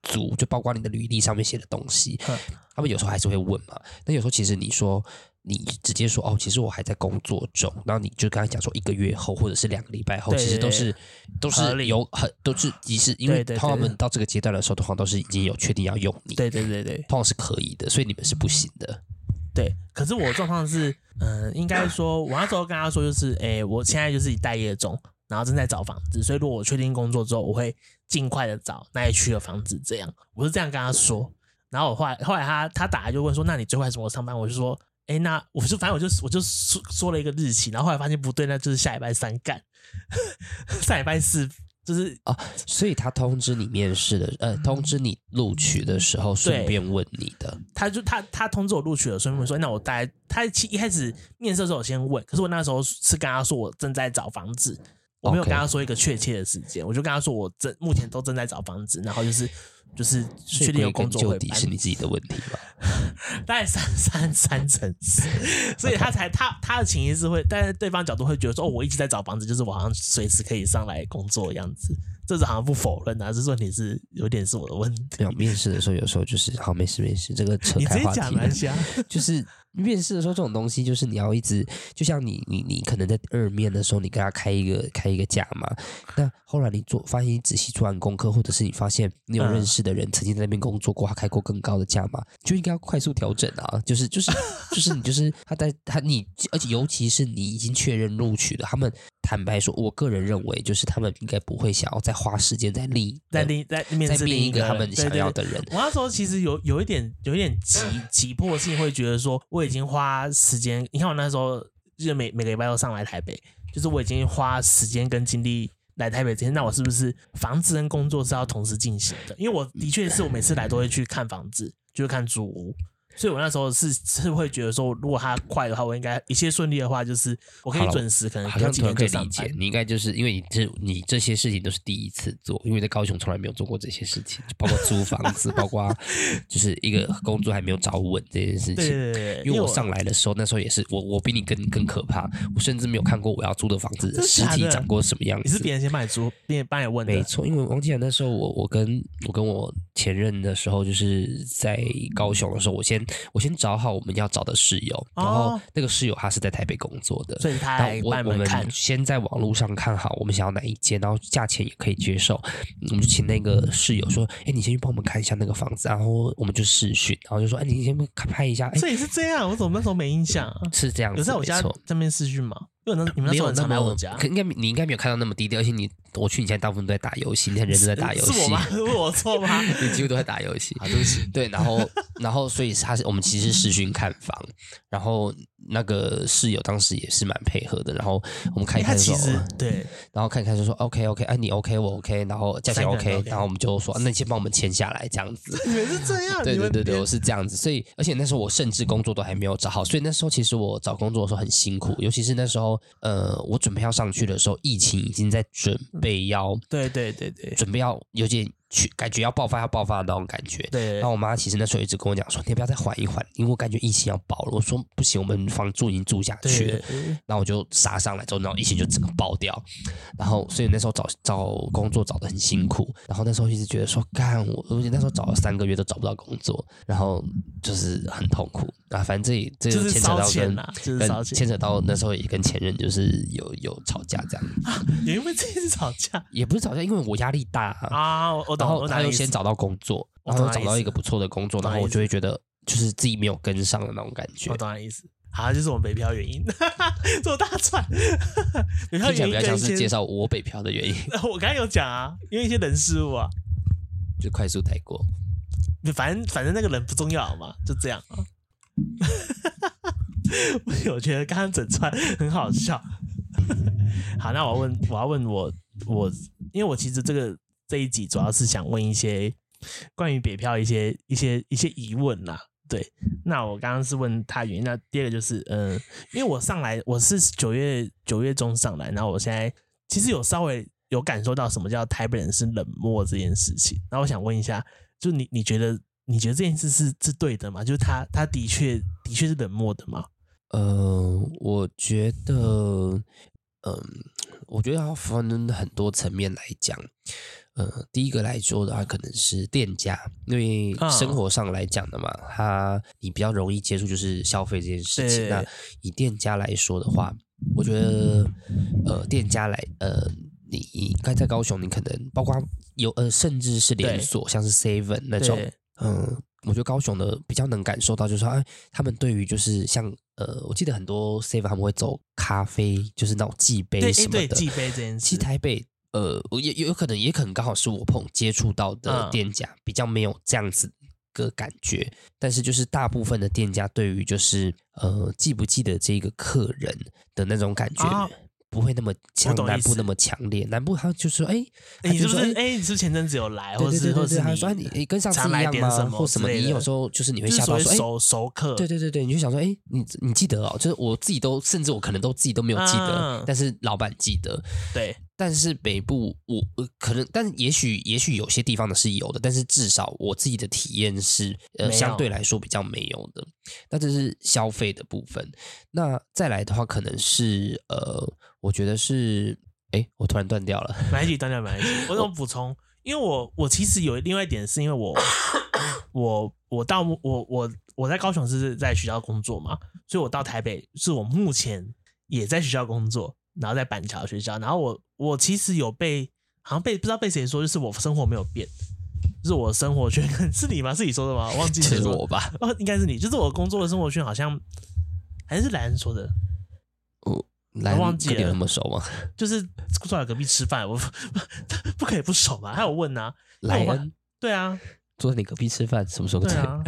S2: 足就包括你的履历上面写的东西，
S1: 嗯
S2: 他们有时候还是会问嘛。那有时候其实你说你直接说哦，其实我还在工作中，然后你就跟他讲说一个月后或者是两个礼拜后，
S1: 对
S2: 其实都是都
S1: 合
S2: 是
S1: 理
S2: 有很都是即使因为
S1: 对对对
S2: 他们到这个阶段的时候，通常都是已经有确定要用你，
S1: 对对对对
S2: 通常是可以的，所以你们是不行的。
S1: 对，可是我的状况是，嗯、应该说我那时候跟他说就是，诶，我现在就是待业中，然后正在找房子，所以如果我确定工作之后，我会尽快的找那一区的房子，这样我是这样跟他说。然后我后来后来他他打来就问说，那你最快什么时候上班？我就说，诶，那我就反正我就我就 说说了一个日期，然后后来发现不对，那就是下礼拜三干，上礼拜四就是
S2: 哦，所以他通知你面试的，呃，
S1: 嗯
S2: 通知你录取的时候，顺便问你的，
S1: 他就他他通知我录取了，顺便
S2: 嗯
S1: 说那我大概他其一开始面试的时候我先问，可是我那时候是跟他说我正在找房子，我没有
S2: OK
S1: 跟他说一个确切的时间，我就跟他说我正目前都正在找房子，然后就是就是
S2: 所以
S1: 确定有工
S2: 归根
S1: 作
S2: 究
S1: 会
S2: 底
S1: 搬
S2: 是你自己的问题吧？
S1: 大概三三三成四，所以他才他他的潜意识会，但是对方角度会觉得说，哦，我一直在找房子，就是我好像随时可以上来工作的样子，这是好像不否认啊，这问题是有点是我的问题
S2: 没。有面试的时候，有时候就是好，没事没事，这个扯
S1: 你直
S2: 开
S1: 接
S2: 话
S1: 讲啊
S2: 题
S1: 南
S2: 了。
S1: 下，
S2: 就是面试的时候，这种东西就是你要一直，就像你你你可能在二面的时候，你跟他开一个开一个价嘛。那后来你做发现你仔细做完功课，或者是你发现你有
S1: 嗯
S2: 认识的人曾经在那边工作过，他开过更高的价嘛，就应该要快速调整啊。就是就是就是你就是他在他你，而且尤其是你已经确认录取了，他们坦白说，我个人认为就是他们应该不会想要再花时间在另
S1: 在另在面
S2: 在
S1: 试
S2: 另
S1: 另
S2: 一个他们
S1: 人
S2: 想要。的
S1: 对对对
S2: 人。
S1: 我那时候其实有有一点有一点 急急迫性，会觉得说我已经花时间，你看我那时候就是每每个礼拜都上来台北，就是我已经花时间跟精力来台北之前，那我是不是房子跟工作是要同时进行的？因为我的确是我每次来都会去看房子，就是看租屋。所以我那时候是是会觉得说，如果他快的话，我应该一切顺利的话，就是我可
S2: 好
S1: 以
S2: 了
S1: 准时，可能
S2: 好像
S1: 几
S2: 突
S1: 点
S2: 然可
S1: 就
S2: 以
S1: 上
S2: 理
S1: 班
S2: 解，。你应该就是因为你这你这些事情都是第一次做，因为在高雄从来没有做过这些事情，就包括租房子，包括就是一个工作还没有找稳这件事
S1: 对
S2: 情。
S1: 对对对，
S2: 因为我上来的时候，那时候也是我，我比你更更可怕，我甚至没有看过我要租的房子
S1: 真的
S2: 实
S1: 假
S2: 体
S1: 的
S2: 长过什么样
S1: 你是
S2: 子。
S1: 别人先帮你租，别人帮你问的，
S2: 没错，因为我忘记了那时候我我跟我跟我前任的时候，就是在高雄的时候，我先我先找好我们要找的室友，然后
S1: 哦
S2: 那个室友他是在台北工作的，
S1: 所以他
S2: 那
S1: 来
S2: 我
S1: 帮你
S2: 我
S1: 们看
S2: 们。先在网络上看好我们想要哪一间，然后价钱也可以接受，嗯我们就请那个室友说：“哎，你先去帮我们看一下那个房子。”然后我们就试训，然后就说：“哎，你先看拍一下。”哎，
S1: 所以是这样，我怎么那时候没印象啊？
S2: 是这样
S1: 有
S2: 子，
S1: 在我
S2: 没
S1: 家
S2: 错呃
S1: 这边视讯吗？因为我那你们那
S2: 没
S1: 时候
S2: 有
S1: 很
S2: 那
S1: 常来
S2: 么
S1: 我家，
S2: 可应该你应该没有看到那么低调，而且你我去你家大部分都在打游戏，你很认真在打 游
S1: 是我
S2: 戏
S1: 吗，？是我错吗？
S2: 你几乎都在打游戏。
S1: 啊，对不起，
S2: 对，然后 然后所以他是我们其实是视讯看房，然后那个室友当时也是蛮配合的，然后我们看一
S1: 他
S2: 看哦的时
S1: 其
S2: 候。
S1: 实对
S2: 然后看一看就说 OK OK，哎、你 OK 我 OK，然后价钱
S1: 三个人
S2: OK，
S1: OK
S2: 然后我们就说、啊那你先帮我们签下来这样 子。
S1: 你们是这样，
S2: 对
S1: 你
S2: 对
S1: 们
S2: 对对，我是这样子，所以而且那时候我甚至工作都还没有找好，所以那时候其实我找工作的时候很辛苦，尤其是那时候呃我准备要上去的时候，疫情已经在准
S1: 嗯
S2: 备要
S1: 对对对对
S2: 准备要有点去感觉要爆发要爆发的那种感觉。
S1: 对
S2: 然后我妈其实那时候一直跟我讲说，你要不要再缓一缓，因为我感觉疫情要爆了。我说不行，我们房住已经住下去了
S1: 对，对，
S2: 然后我就杀上来之后，然后疫情就整个爆掉，然后所以那时候找找工作找的很辛苦，然后那时候一直觉得说干我，而且那时候找了三个月都找不到工作，然后就是很痛苦啊，反正这也这
S1: 就
S2: 就是牵扯
S1: 烧
S2: 到
S1: 钱
S2: 跟
S1: 啦，就是烧
S2: 跟
S1: 钱
S2: 牵，扯到那时候也跟前任就是有有吵架这样，
S1: 也因为这次吵 架
S2: 也不是吵架，因为我压力大啊，
S1: 啊，我我
S2: 然
S1: 懂，
S2: 后
S1: 我
S2: 他
S1: 懂
S2: 又
S1: 意思
S2: 先找到工作，
S1: 我
S2: 然后
S1: 懂他
S2: 又找
S1: 意
S2: 到一
S1: 思
S2: 个不错的工作，
S1: 懂
S2: 然
S1: 他
S2: 后我
S1: 意
S2: 就会觉得就是自己没有跟上的那种感觉
S1: 我，懂你意思。好，就是我们北漂原因， 这么大串，北漂
S2: 听起
S1: 原
S2: 来
S1: 因
S2: 比较
S1: 跟
S2: 像
S1: 一
S2: 是
S1: 些
S2: 介，绍我北漂的原因，
S1: 我刚刚有讲啊，因为一些人事物啊，
S2: 就快速带过。
S1: 反正反正那个人不重要嘛，就这样啊。 不是，我觉得刚刚整串很好笑。 好，那我问，我要问我我，因为我其实这个这一集主要是想问一些关于北漂一些一些一些疑问啦。对，那我刚刚是问他原因，那第二个就是，嗯、因为我上来我是九月九月中上来，然后我现在其实有稍微有感受到什么叫台北人是冷漠这件事情。然后我想问一下，就你你觉得你觉得这件事是是对的吗？就是他他的确的确是冷漠的吗？
S2: 呃，我觉得，嗯、我觉得要分很多层面来讲。呃，第一个来说的话，可能是店家，因为
S1: 啊
S2: 生活上来讲的嘛，他你比较容易接触就是消费这件事情。
S1: 对
S2: 那以店家来说的话，我觉得，呃，店家来，呃，你你该在高雄，你可能包括有呃，甚至是连
S1: 对
S2: 锁，像是 Seven 那种，
S1: 对，
S2: 嗯，我觉得高雄的比较能感受到，就是说，哎，他们对于就是像呃，我记得很多 save 他们会走咖啡，就是那种寄杯
S1: 对
S2: 什
S1: 诶
S2: 么
S1: 对，
S2: 的。
S1: 寄杯这件事
S2: 其实，台北呃，我也有有可能，也可能刚好是我碰接触到的
S1: 嗯
S2: 店家、比较没有这样子个感觉，但是就是大部分的店家对于就是呃记不记得这个客人的那种感觉。
S1: 啊
S2: 不会那么像
S1: 我懂意
S2: 南部
S1: 思
S2: 那么强烈，南部他就说哎，他
S1: 你
S2: 就是
S1: 不
S2: 说
S1: 是？
S2: 哎
S1: 哎，你是不是前阵子有来，
S2: 对
S1: 或
S2: 对
S1: 是
S2: 对
S1: 或
S2: 对对，
S1: 是
S2: 他说哎你
S1: 你
S2: 哎跟上次
S1: 常
S2: 一
S1: 来
S2: 样
S1: 点
S2: 吗？
S1: 什么
S2: 或什么？
S1: 之类
S2: 你
S1: 的
S2: 有时候就是你会
S1: 就是
S2: 吓
S1: 所
S2: 到
S1: 谓
S2: 说哎，
S1: 熟熟客，
S2: 对对对对，你就想说，哎，你你记得哦，就是我自己都，甚至我可能都自己都没有记得，
S1: 嗯
S2: 但是老板记得。
S1: 对
S2: 但是北部我、呃可能，但也许也许有些地方的是有的，但是至少我自己的体验是，呃，
S1: 没有
S2: 相对来说比较没有的。那这是消费的部分。那再来的话，可能是呃，我觉得是，哎，我突然断掉 了。
S1: 买起断掉买起。我怎么补充？因为我我其实有另外一点，是因为我 我我到目我我我在高雄是在学校工作嘛，所以我到台北是我目前也在学校工作，然后在板桥学校，然后我我其实有被好像被不知道被谁说，就是我生活没有变，就是我的生活圈 是你吗？是你说的吗？我忘记谁
S2: 是
S1: 说的
S2: 我吧？
S1: 哦，应该是你，就是我工作的生活圈好像还是兰说的，
S2: 来，
S1: 忘记
S2: 跟你有
S1: 了
S2: 那么熟吗？
S1: 就是坐在隔壁吃饭，我 不可以不熟嘛，还有问啊，那
S2: 莱
S1: 我把
S2: 恩
S1: 对啊，
S2: 坐在你隔壁吃饭，什么时候
S1: 对
S2: 吃？
S1: 啊，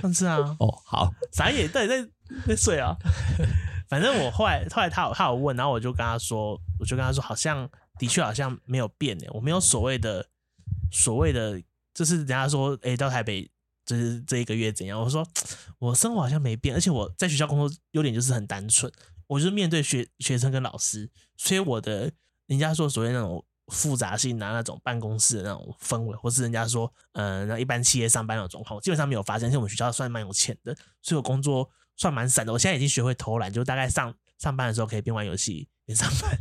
S1: 上次啊，
S2: 哦，好，
S1: 傻眼，到底在在睡啊？ 反正我后来后来他有他有问，然后我就跟他说，我就跟他说，好像的确好像没有变欸呢、我没有所谓的所谓的，就是人家说，哎、到台北就是这一个月怎样？我说我生活好像没变，而且我在学校工作优点就是很单纯，我就是面对学学生跟老师，所以我的人家说所谓那种。复杂性啊，那种办公室的那种氛围，或是人家说，嗯、呃，那一般企业上班那种状况，我基本上没有发生。而且我们学校算蛮有钱的，所以我工作算蛮散的。我现在已经学会偷懒，就大概上上班的时候可以边玩游戏边上班。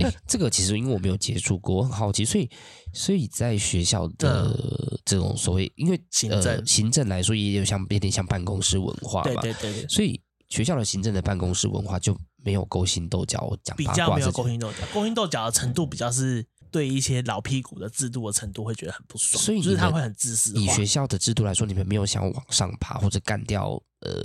S2: 诶这个其实因为我没有接触过，我很好奇，所以所以在学校的这种所谓，因为
S1: 嗯行
S2: 呃
S1: 政
S2: 行政来说，也有像有点像办公室文化
S1: 对
S2: 嘛，
S1: 对对对，
S2: 所以学校的行政的办公室文化就没有勾心斗角，讲
S1: 比
S2: 八
S1: 较
S2: 卦
S1: 没有
S2: 这
S1: 勾
S2: 种。
S1: 心斗角，勾心斗角的程度比较是对一些老屁股的制度的程度会觉得很不爽，
S2: 所以
S1: 就是
S2: 你
S1: 他
S2: 们
S1: 会很自私
S2: 以
S1: 化
S2: 学校的制度来说，你们没有想要往上爬或者干掉呃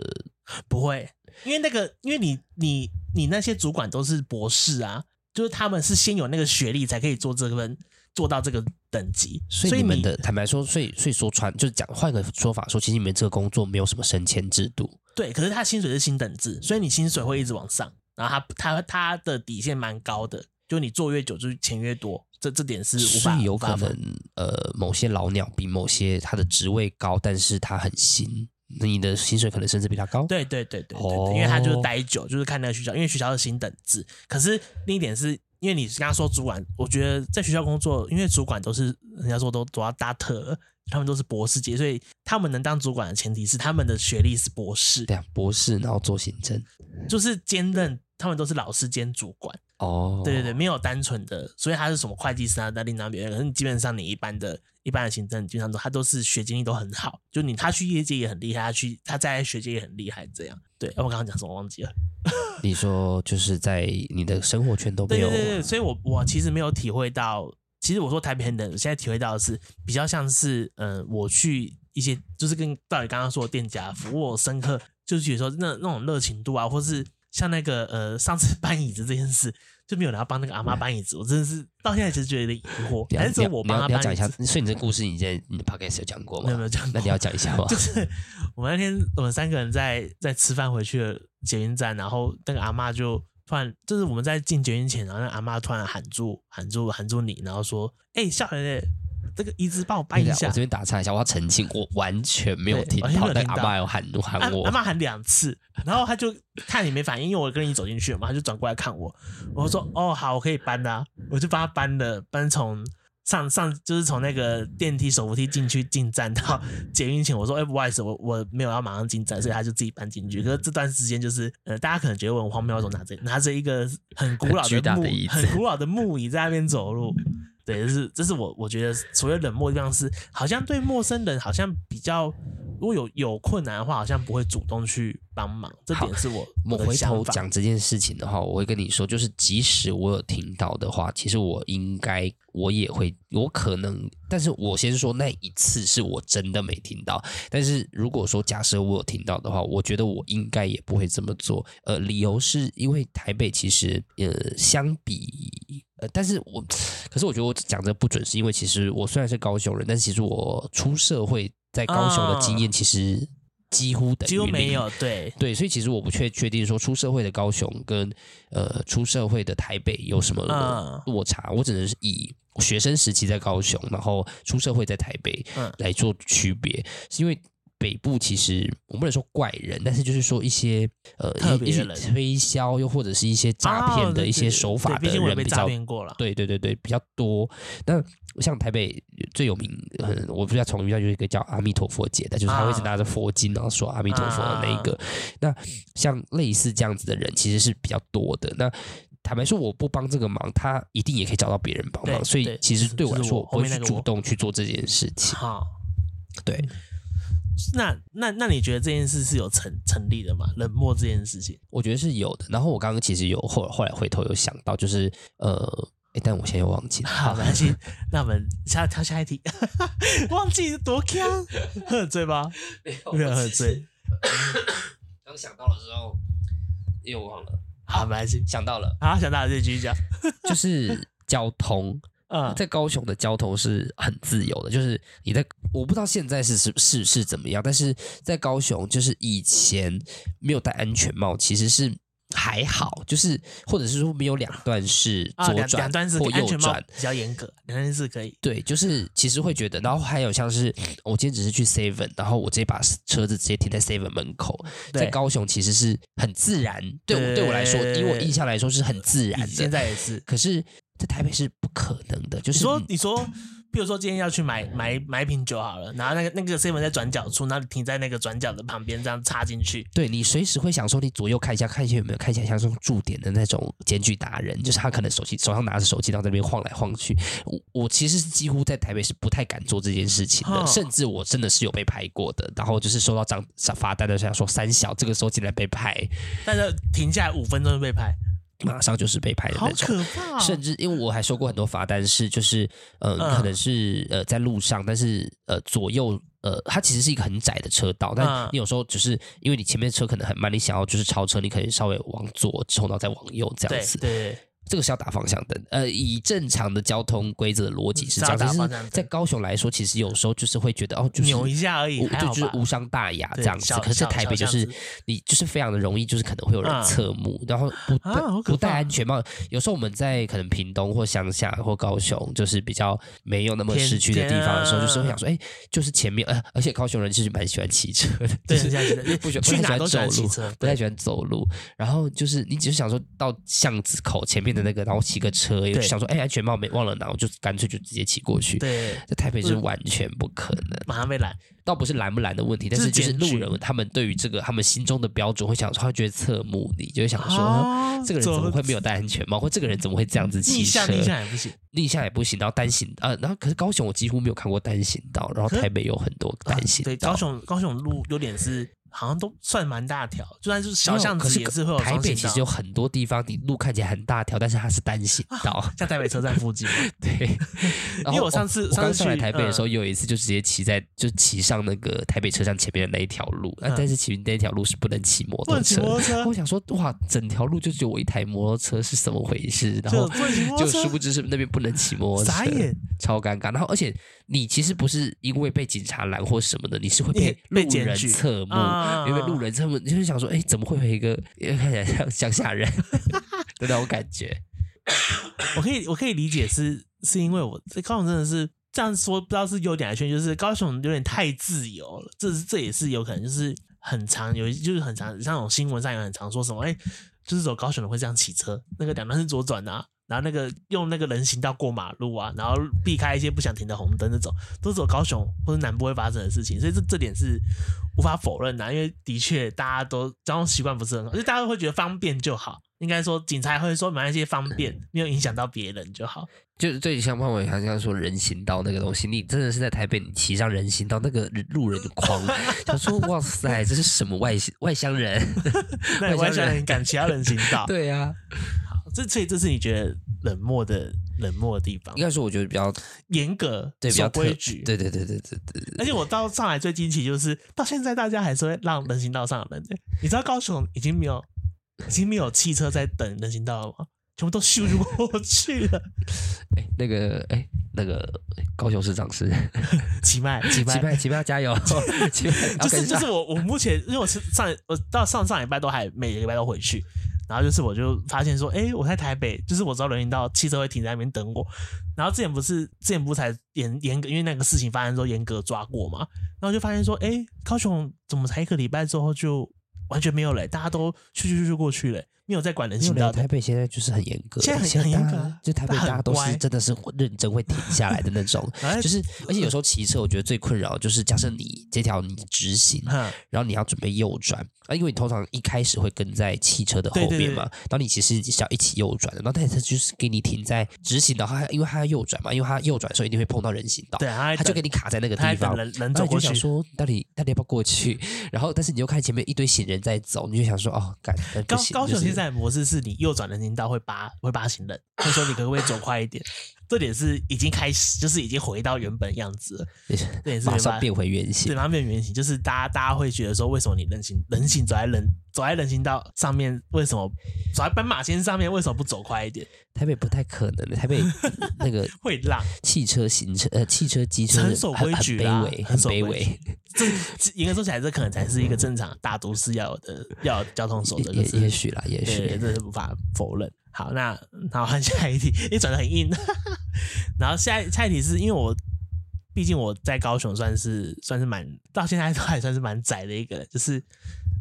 S1: 不会，因为那个，因为你你你那些主管都是博士啊，就是他们是先有那个学历才可以做这份做到这个等级，
S2: 所
S1: 所
S2: 以你们
S1: 你
S2: 的坦白说，所以所以说穿就是讲换个说法说，其实你们这个工作没有什么升迁制度，
S1: 对，可是他薪水是薪等制，所以你薪水会一直往上，然后他他他的底线蛮高的，就你做越久就是钱越多，这这点是无
S2: 所
S1: 法
S2: 以有
S1: 无法
S2: 可
S1: 否
S2: 能呃某些老鸟比某些他的职位高，但是他很新，那你的薪水可能甚至比他高。，
S1: 对对对对对
S2: 哦
S1: 对，因为他就是待久，就是看那个学校，因为学校是新等制。可是另一点是，因为你刚刚说主管，我觉得在学校工作，因为主管都是人家说都都要大特了，他们都是博士级，所以他们能当主管的前提是他们的学历是博士，
S2: 对啊，博士然后做行政。
S1: 就是兼任。他们都是老师兼主管，
S2: 哦，
S1: 对对对，没有单纯的，所以他是什么会计师啊、那另当别人。可是你基本上你一般的、一般的行政，基本上都他都是学经历都很好，就你他去业界也很厉害，他去他在学界也很厉害，这样。对，啊我刚刚讲什么忘记了。
S2: 你说就是在你的生活圈都没
S1: 对
S2: 有
S1: 对对对，所以我我其实没有体会到，其实我说台北很冷，我现在体会到的是比较像是，呃，我去一些就是跟到底刚刚说的店家服务我深刻，就是有时候那那种热情度啊，或是像那个呃上次 搬椅子这件事，就没有人要帮那个阿妈搬椅子，我真的是到现在其实觉得有点疑惑，
S2: 你
S1: 还
S2: 要
S1: 是只有我
S2: 你要
S1: 帮她
S2: 你要
S1: 搬
S2: 讲一
S1: 椅
S2: 下，
S1: 子？
S2: 所以你这故事你在你的 podcast 有讲过吗？
S1: 没有没有讲过
S2: 那你要讲一下 吗？
S1: 就是我们那天我们三个人在在吃饭回去的捷运站，然后那个阿嬷就突然就是我们在进捷运前，然后那阿嬷突然喊住喊住喊住你，然后说：“哎、笑人嘞，这个椅子帮我搬
S2: 等
S1: 一
S2: 一下
S1: 下。
S2: 我这边打岔一下，我要澄清，我完全没有
S1: 对
S2: 听
S1: 完全没
S2: 到，
S1: 有
S2: 但
S1: 听
S2: 阿
S1: 到
S2: 妈有喊
S1: 阿
S2: 喊我
S1: 啊 阿，妈喊两次，然后他就看你没反应，因为我跟你走进去了嘛，他就转过来看我，我就说哦好，我可以搬的、啊，我就帮他搬了，搬从上上就是从那个电梯手扶梯进去进站到捷运前，我说哎、不好意思，我我没有要马上进站，所以他就自己搬进去。可是这段时间就是呃，大家可能觉得我很荒谬，我怎么拿着拿着一个很古老
S2: 很巨大
S1: 的木
S2: 的椅子
S1: 很古老的木椅在那边走路。对，这是这是我我觉得所谓冷漠的地方是，好像对陌生人好像比较，如果有有困难的话，好像不会主动去帮忙，这点是我
S2: 我
S1: 的
S2: 回头
S1: 想法。
S2: 讲这件事情的话，我会跟你说，就是即使我有听到的话，其实我应该我也会，我可能，但是我先说那一次是我真的没听到，但是如果说假设我有听到的话，我觉得我应该也不会这么做。呃，理由是因为台北其实呃相比。呃，但是我，可是我觉得我讲这不准，是因为其实我虽然是高雄人，但是其实我出社会在高雄的经验其实几乎等于
S1: 啊几乎没
S2: 零
S1: 有，对，
S2: 对，所以其实我不确确定说出社会的高雄跟呃出社会的台北有什么
S1: 嗯
S2: 落差，我只能是以学生时期在高雄，然后出社会在台北
S1: 嗯
S2: 来做区别，是因为。北部其实我不能说怪人，但是就是说一些呃
S1: 特
S2: 一一
S1: 别
S2: 些
S1: 人
S2: 推销又或者是一些诈骗
S1: 哦
S2: 的
S1: 对
S2: 一些
S1: 对
S2: 手
S1: 对
S2: 法
S1: 毕
S2: 的
S1: 竟我也
S2: 人
S1: 被
S2: 比
S1: 诈
S2: 较
S1: 骗过了，
S2: 对对对对，比较多。那像台北最有名，嗯，我比较常遇到有一个叫阿弥陀佛节的，就是他会一直
S1: 啊
S2: 拿着佛经，然后说阿弥陀佛的那一个。那像类似这样子的人，其实是比较多的。那坦白说，我不帮这个忙，他一定也可以找到别人帮忙。
S1: 对
S2: 所以
S1: 对
S2: 其实
S1: 是
S2: 对我
S1: 就
S2: 来
S1: 是
S2: 说，
S1: 我
S2: 我
S1: 后
S2: 不会
S1: 面
S2: 去
S1: 那个
S2: 主
S1: 我啊
S2: 动去做这件事情。
S1: 好，
S2: 对，
S1: 那那那你觉得这件事是有成成立的吗？冷漠这件事 情，
S2: 我觉得是有的。然后我刚刚其实有后后来回头有想到，就是呃。诶但我现在又忘记了。
S1: 好， 没关系，那我们下跳下一题， 忘记是多坑，喝得醉吧？ 没有喝醉，
S2: 刚想到了之后，又忘了。
S1: 好，没关系。
S2: 想到了，
S1: 好，想到了就继续讲。
S2: 就是交通，
S1: 嗯，
S2: 在高雄的交通是很自由的，就是你在我不知道现在是是是是怎么样，但是在高雄就是以前没有戴安全帽，其实是。还好，就是或者是说没有两段是
S1: 啊，
S2: 左
S1: 两
S2: 转
S1: 两端是
S2: 或
S1: 安
S2: 右
S1: 全帽
S2: 转，
S1: 比较严格，两端是可以。
S2: 对，就是其实会觉得，然后还有像是我今天只是去 Seven，然后我直接把车子直接停在 Seven 门口，在
S1: 对，
S2: 高雄其实是很自然，对我对我来说，
S1: 对
S2: 以我印象来说是很自然的。
S1: 现在也 是。
S2: 可是，在台北是不可能的，就
S1: 你
S2: 是
S1: 说，你说，比如说今天要去买买买一瓶酒好了，然后那个那个 seven 在转角处，然后你停在那个转角的旁边，这样插进去，
S2: 对你随时会想说，你左右看一下，看一下有没有看起来像是驻点的那种检举达人，就是他可能手机手上拿着手机，到这边晃来晃去。我我其实是几乎在台北是不太敢做这件事情的，
S1: 哦
S2: 甚至我真的是有被拍过的，然后就是收到张罚单的时候想说三小，这个时候竟然被拍，
S1: 但是停下来五分钟就被拍，
S2: 马上就是被拍的
S1: 好
S2: 那种。
S1: 可怕、哦！
S2: 甚至因为我还收过很多罚单，是就是呃，
S1: 嗯
S2: 可能是呃在路上，但是呃左右呃，它其实是一个很窄的车道，但
S1: 嗯
S2: 你有时候只是呃因为你前面车可能很慢，你想要就是超车，你可以稍微往左冲，然后再往右这
S1: 对
S2: 样子
S1: 对。对，
S2: 这个是要打方向灯，呃，以正常的交通规则的逻辑是这样，
S1: 是要打
S2: 但
S1: 嗯方向
S2: 是
S1: 灯
S2: 在高雄来说，其实有时候就是会觉得哦，就是
S1: 扭一下而已，
S2: 无
S1: 还
S2: 对，
S1: 好
S2: 就是
S1: 吧？
S2: 无伤大雅这
S1: 对
S2: 样子。
S1: 小
S2: 可是
S1: 小
S2: 台北就
S1: 小巷
S2: 是
S1: 子
S2: 你就是非常的容易，就是可能会有人
S1: 啊
S2: 侧目，然后不戴、
S1: 啊好可
S2: 不戴
S1: 怕
S2: 安全帽。有时候我们在可能屏东或乡下或高雄，就是比较没有那么
S1: 偏
S2: 市区的地
S1: 偏
S2: 方的时候，就是会
S1: 啊
S2: 想说，哎，就是前面，呃，而且高雄人其实蛮喜欢骑车的，
S1: 对，
S2: 就是
S1: 这样子
S2: 不喜欢
S1: 去
S2: 不太喜
S1: 哪
S2: 欢
S1: 都喜欢
S2: 走
S1: 骑
S2: 路
S1: 车，
S2: 不太喜欢走路，然后就是你只是想说到巷子口前面的那个，然后骑个车，也
S1: 对
S2: 想说哎安全帽没忘了拿，我就干脆就直接骑过去。
S1: 对，
S2: 在台北是
S1: 嗯
S2: 完全不可能，
S1: 马上被拦。
S2: 倒不是拦不拦的问题，但
S1: 就是
S2: 是就是
S1: 检
S2: 路
S1: 举
S2: 人他们对于这个他们心中的标准会想说，他会觉得侧目你，就会想说、
S1: 啊
S2: 这个人怎么会没有戴安全帽，或这个人怎么会这样子骑
S1: 逆
S2: 车
S1: 向？逆向也不行，
S2: 逆向也不行，然后单行呃，然后可是高雄我几乎没有看过单行道，然后
S1: 可是
S2: 台北有很多
S1: 啊
S2: 单行道。
S1: 对，高雄高雄路有点是好像都算蛮大条，就算是
S2: 没
S1: 小
S2: 有
S1: 巷
S2: 可
S1: 子也是会有
S2: 台
S1: 双
S2: 北
S1: 行
S2: 其
S1: 道
S2: 实有很多地方，你路看起来很大条，但是它是单行道。
S1: 像台北车站附近，
S2: 对，然后
S1: 啊我上次
S2: 我刚
S1: 上次
S2: 上来
S1: 去
S2: 台北的时候，
S1: 嗯
S2: 有一次就直接骑在就骑上那个台北车站前面的那一条路，那
S1: 嗯
S2: 但是其实那条路是不能骑摩
S1: 不
S2: 托
S1: 能骑
S2: 车
S1: 摩托
S2: 的。
S1: 车
S2: 我，想说，哇，整条路就只有我一台摩托车，是怎么回事？ 然
S1: 就
S2: 后
S1: 不能骑摩
S2: 就
S1: 托
S2: 殊不
S1: 车，
S2: 知是那边不能骑摩托车，
S1: 傻眼，
S2: 超尴尬。然后而且你其实不是因为被警察拦或什么的，你是会
S1: 你
S2: 被
S1: 被
S2: 路
S1: 检
S2: 人
S1: 举
S2: 侧目。
S1: 啊
S2: 因为路人他们就是想说，哎、怎么会有一个呃看起来像乡 下人的那种感觉？
S1: 我可以我可以理解是是因为我这高雄真的是这样说，不知道是优点还是缺点，就是高雄有点太自由了，这是这也是有可能就是很常有一就是很常像那种新闻上有很常说什么，哎、就是走高雄的会这样骑车，那个两端是左转啊。然后那个用那个人行道过马路啊，然后避开一些不想停的红灯，这种都是走高雄或者南部会发生的事情，所以这这点是无法否认的啊、因为的确大家都交通习惯不是很好，就大家会觉得方便就好。应该说警察会说买一些方便，
S2: 嗯
S1: 没有影响到别人就 好。
S2: 就是最像潘伟刚刚说人行道那个东西，你真的是在台北，你骑上人行道，那个路人就狂想说，哇塞，这是什么外星外 乡人？
S1: 那你外
S2: 外乡
S1: 乡
S2: 人
S1: 人敢其他人行道，
S2: 对啊，
S1: 这所以这是你觉得冷漠的冷漠的地方
S2: 应，该说我觉得比较
S1: 严格
S2: 对比较
S1: 守
S2: 特
S1: 规矩。
S2: 对对对对对对对。
S1: 而且我到上海最惊奇就是，到现在大家还是会让人行道上的人、你知道高雄已经没有已经没有汽车在等人行道了吗？全部都咻过去了。
S2: 哎，那个哎，那个哎高雄市长 是
S1: 奇迈，奇
S2: 期
S1: 迈，
S2: 盼期盼加 油，期盼要
S1: 就是
S2: 跟
S1: 就
S2: 上
S1: 是我我目前因为我是上我到上上礼拜都还每个礼拜都回去，然后就是我就发现说，哎、我在台北，就是我知道轮椅到汽车会停在那边等我，然后之前不是之前不是才严严格因为那个事情发生之后严格抓过嘛，然后就发现说，哎、高雄怎么才一个礼拜之后就完全没有嘞、大家都去去去去过去嘞、没有在管人
S2: 没有
S1: 行道
S2: 来
S1: 的
S2: 台，北现在就是很严格，
S1: 现在很
S2: 大家
S1: 很严格啊
S2: 就台北
S1: 大家
S2: 大
S1: 很
S2: 家都
S1: 乖。
S2: 是真的是认真会停下来的那 种
S1: 然后
S2: 就是，而且有时候骑车，我觉得最困扰就是，假设你这条你直行，
S1: 哼
S2: 然后你要准备右转啊，因为你通常一开始会跟在汽车的后
S1: 对对
S2: 面
S1: 对
S2: 嘛，然后你其实是要一起右转的，然后但是它就是给你停在直行的，它因为它要右转嘛，因为它右转的时候一定会碰到人行道，
S1: 对，他
S2: 它就给你卡在那个
S1: 他
S2: 地
S1: 还
S2: 方
S1: 等。人人
S2: 然后
S1: 走
S2: 你就
S1: 过去
S2: 想，说，到底到底要不要过去？ 然后，但是你又看前面一堆行人在走，你就想说，哦，干，那不
S1: 高
S2: 行
S1: 高
S2: 就
S1: 雄
S2: 是
S1: 现在的模式是你右转人行道会扒会扒行人，会说你可不可以走快一 点？这点是已经开始，就是已经回到原本样子了，这也是
S2: 马
S1: 没
S2: 上
S1: 办法。
S2: 变回原
S1: 对，
S2: 形。
S1: 马上变原形，就是大家大家会觉得说，为什么你人行人行走在人走在人行道上面，为什么走在斑马线上面，为什么不走快一点？
S2: 台北不太可能的，台北那个
S1: 会让
S2: 汽车行车呃汽车机车
S1: 很
S2: 的
S1: 守
S2: 很
S1: 规
S2: 很
S1: 矩啦
S2: 卑微，
S1: 很
S2: 很
S1: 守
S2: 卑
S1: 规
S2: 微
S1: 矩。这这严格说起来，这可能才是一个正常大都市要有的要有交通守则，
S2: 也
S1: 就
S2: 也也
S1: 是
S2: 许啦，也许
S1: 对，这是无法否认。好，那那我看下一题，因为转的很硬。 然后下一下一题是因为我，毕竟我在高雄算是算是蛮到现在都还算是蛮窄的一个人，就是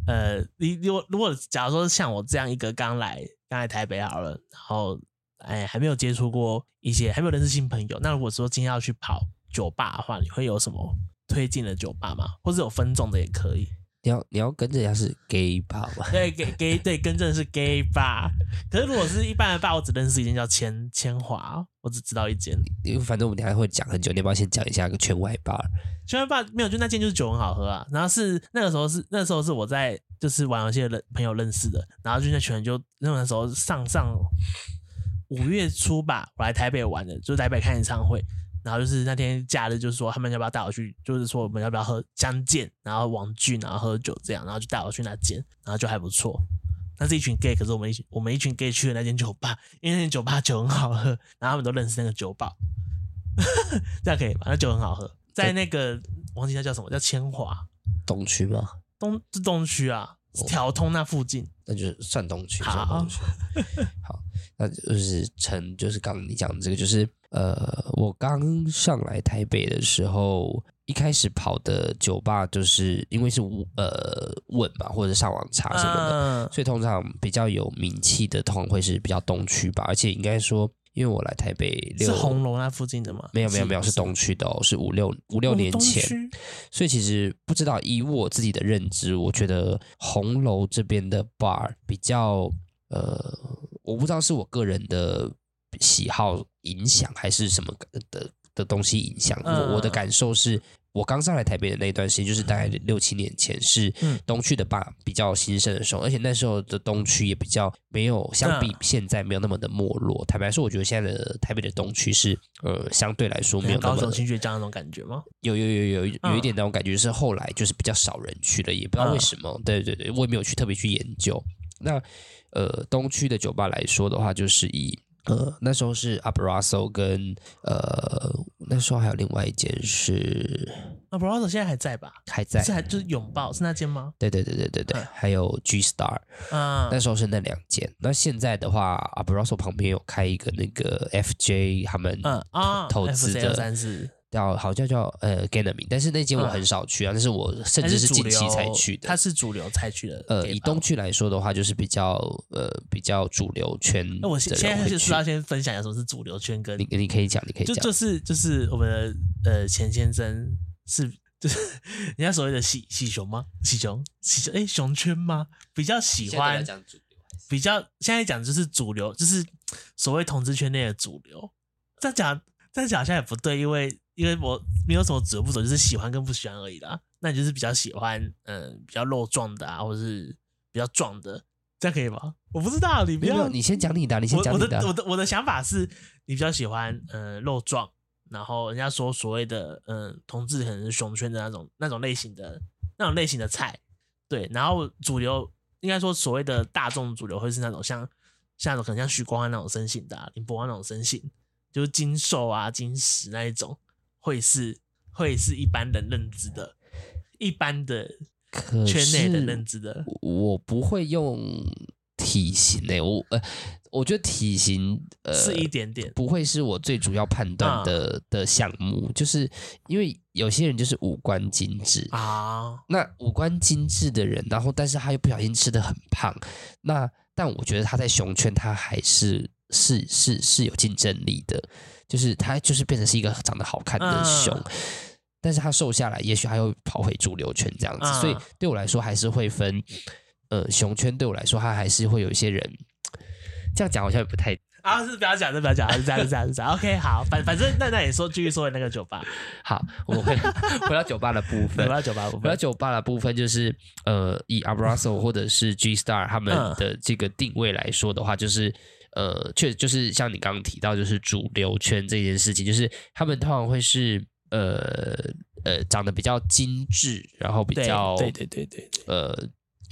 S1: 呃，你如果如果假如说像我这样一个刚来刚来台北好了，然后哎还没有接触过一些还没有认识新朋友，那如果说今天要去跑酒吧的话，你会有什么推荐的酒吧吗？或者有分众的也可以。
S2: 你要你要跟着人家是 gay 吧嘛？
S1: 对，gay gay 对，跟正是 gay 吧。可是如果是一般的吧，我只认识一间叫千千华，我只知道一间。
S2: 因为反正我们等一下会讲很久，你要不要先讲一下个圈外吧？
S1: 千华吧没有，就那间就是酒很好喝啊。然后是那个时候是那时候是我在就是玩游戏的人朋友认识的，然后就那群人就那个时候上上五月初吧，我来台北玩的，就台北看演唱会。然后就是那天假日，就是说他们要不要带我去，就是说我们要不要喝相见，然后网聚，然后喝酒这样，然后就带我去那间，然后就还不错。那是一群 gay，可是我们一群我们一群 gay 去的那间酒吧，因为那间酒吧酒很好喝，然后他们都认识那个酒保，这样可以吧？那酒很好喝，在那个忘记它叫什么，叫千华
S2: 东区吗？
S1: 东是东区啊，
S2: 哦
S1: 是条通那附近。
S2: 那就是算东区，
S1: 好
S2: 算东区。好，那就是陈，就是刚刚你讲的这个，就是呃，我刚上来台北的时候，一开始跑的酒吧，就是因为是呃问嘛，或者上网查什么的，
S1: 嗯，
S2: 所以通常比较有名气的，通常会是比较东区吧，而且应该说，因为我来台北
S1: 嗯
S2: 六
S1: 是红楼那附近的吗？
S2: 没有没有没有，是东区的哦，是五六五六年前，
S1: 哦东区
S2: 所以其实不知道，以我自己的认知，我觉得红楼这边的 bar 比较呃，我不知道是我个人的喜好影响还是什么的的的东西影响。
S1: 嗯
S2: 我我的感受是。我刚上来台北的那一段时间，就是大概六七年前，是
S1: 嗯
S2: 东区的 bar 比较兴盛的时候，而且那时候的东区也比较没有相比
S1: 嗯
S2: 现在没有那么的没落。坦白说，我觉得现在的台北的东区是呃相对来说没有那
S1: 高
S2: 么
S1: 雄新学家那种感觉吗？
S2: 有有有有有
S1: 嗯
S2: 一点那种感觉，就是后来就是比较少人去了，也不知道为什么。对对对，我也没有去特别去研究。那呃，东区的酒吧来说的话，就是以呃那时候是 Abrazo 跟呃那时候还有另外一间是
S1: 啊 b r o t h e r 现在还在吧？
S2: 还在
S1: 是，还就是拥抱是那间吗？
S2: 对对对对对对，
S1: 嗯
S2: 还有 G Star，
S1: 啊
S2: 那，时候是那两间。那现在的话，Abrazo 旁边有开一个那个 FJ 他们
S1: 嗯啊，
S2: 投资的
S1: 三四
S2: 叫好像叫呃 g a n a m i 但是那
S1: 嗯
S2: 间我很少去啊，但是我甚至是近期才去的。
S1: 它是主流才去的。
S2: 呃，
S1: gay
S2: 以
S1: 吧
S2: 东区来说的话，就是比较呃比较主流圈的人
S1: 那我
S2: 会
S1: 现
S2: 去。
S1: 现在就是要先分享一下什么是主流圈跟
S2: 你你可以讲，你可以
S1: 就
S2: 讲。
S1: 就是就是我们的呃钱先生是就是 人家所谓的喜喜熊吗？喜熊喜熊哎、熊圈吗？比较喜欢比较现在讲就是主流，就是所谓同志圈内的主流。这样讲这样讲好像也不对，因为因为我没有什么主流不主流，就是喜欢跟不喜欢而已啦。那你就是比较喜欢嗯、呃比较肉壮的啊，或者是比较壮的，这样可以吗？我不知道，你不
S2: 没有，没
S1: 要
S2: 有你先讲你的啊，你先
S1: 我
S2: 讲
S1: 我
S2: 你
S1: 的
S2: 啊
S1: 我的我的想法是，你比较喜欢呃肉壮，然后人家说所谓的嗯、呃同志可能是熊圈的那种那种类型的那种类型的菜，对，然后主流应该说所谓的大众主流会是那种像像那种可能像许光汉那种身形的、啊，林柏华那种身形，就是精瘦啊、金石那一种，会是会是一般人认知的，一般的
S2: 可
S1: 圈内人认
S2: 呃是
S1: 知的。
S2: 我不会用体型诶、我呃，我觉得体型呃
S1: 是一啊点点，
S2: 不会是我最主要判断的、的项目，就是因为有些人就是五官精致，
S1: 啊，
S2: 那五官精致的人，然后但是他又不小心吃的很胖，那但我觉得他在熊圈他还是是是是有竞争力的，就是他就是变成是一个长得好看的熊，
S1: 嗯
S2: 但是他瘦下来，也许他又跑回主流圈这样子，
S1: 嗯
S2: 所以对我来说还是会分，呃，熊圈对我来说，他还是会有一些人，这样讲好像也不太
S1: 啊，是不要讲，是不要讲，是这样，是这样，是这样。OK，好，反反正那那也说继续说回那个酒吧，
S2: 好，我们回 回到酒吧的部
S1: 回
S2: 分。
S1: 到酒吧部
S2: 回到
S1: 分，
S2: 酒吧的部分，就是呃，以 Abrazo 或者是 G Star 他们
S1: 嗯
S2: 的这个定位来说的话，就是呃，确就是像你刚刚提到，就是主流圈这件事情，就是他们通常会是呃呃长得比较精致，然后比
S1: 对
S2: 较
S1: 对对对对对
S2: 呃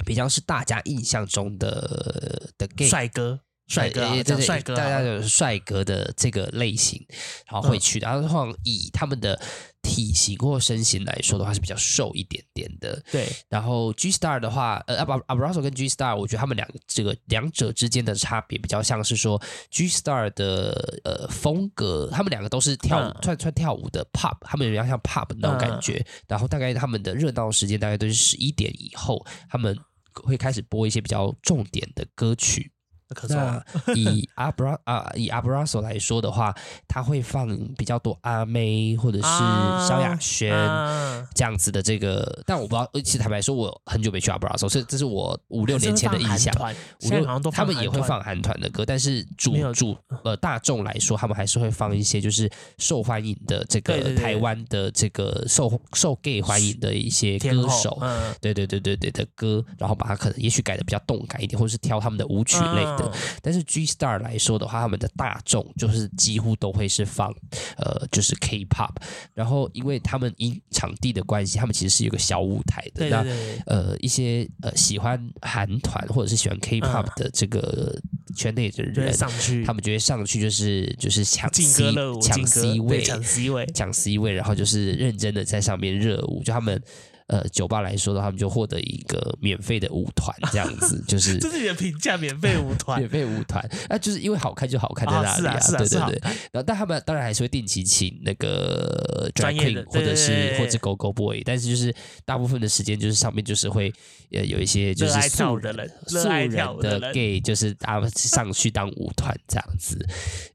S2: 比较是大家印象中的的 gay
S1: 帅哥，帅哥
S2: 呃
S1: 啊，
S2: 对
S1: 讲
S2: 对
S1: 帅哥好
S2: 大
S1: 了，嗯
S2: 家有帅哥的这个类型，然后会去的，然后通常以他们的体型或身形来说的话，是比较瘦一点点的。
S1: 对，
S2: 然后 G Star 的话，呃，Ab Abrazo 跟 G Star，我觉得他们两个这个两者之间的差别比较像是说，G Star 的呃风格，他们两个都是跳舞
S1: 嗯，
S2: 穿穿跳舞的 pop，他们比较像 pop 那种感觉。然后大概他们的热闹时间大概都是十一点以后，他们会开始播一些比较重点的歌曲。
S1: 可是
S2: 那 以阿布拉啊，以阿布拉索来说的话，他会放比较多阿妹或者是
S1: 啊
S2: 萧亚轩
S1: 啊
S2: 这样子的这个，但我不知道，而且坦白说，我很久没去阿布拉索，所以这是我五六年前的印象。，
S1: 现
S2: 五
S1: 在
S2: 六
S1: 好像都
S2: 他
S1: 放
S2: 们也会
S1: 韩团
S2: 放韩团的歌，但是主
S1: 没有嗯
S2: 主呃大众来说，他们还是会放一些就是受欢迎的这
S1: 对对对
S2: 个台湾的这个受受 gay 欢迎的一些
S1: 天
S2: 歌
S1: 后
S2: 手，
S1: 嗯，
S2: 对对对对对的歌，然后把它可能也许改的比较动感一点，或者是挑他们的舞曲类的。
S1: 嗯
S2: 但是 G Star 来说的话，他们的大众就是几乎都会是放呃就是 K-pop，然后因为他们因场地的关系，他们其实是有个小舞台的。
S1: 对
S2: 那
S1: 对对，
S2: 呃一些呃喜欢韩团或者是喜欢 K-pop 的这个圈内的
S1: 就会
S2: 人，
S1: 啊上去，
S2: 他们就会上去就是就是抢
S1: 劲
S2: C
S1: 歌热舞，劲
S2: 抢
S1: 歌
S2: C
S1: 对
S2: 位，
S1: 抢 C 位，
S2: 抢 C 位，然后就是认真的在上面热舞。就他们呃酒吧来说的话，他们就获得一个免费的舞团，这样子 就是
S1: 这是你的评价，免费舞团
S2: 免费舞团。啊，就是因为好看就好看在
S1: 啊
S2: 那
S1: 是
S2: 里
S1: 啊是啊
S2: 对
S1: 是
S2: 对
S1: 好
S2: 对。然后但他们当然还是会定期请那个 drag
S1: 专业的
S2: queen 或者
S1: 对对
S2: 是
S1: 对
S2: 或者是 go go boy，但是就是大部分的时间就是上面就是会呃有一些就
S1: 热
S2: 是
S1: 爱跳
S2: 素
S1: 舞的人，
S2: 素
S1: 热爱
S2: 人
S1: 跳舞
S2: 的
S1: 人，
S2: gay 就是他们上去当舞团这样子，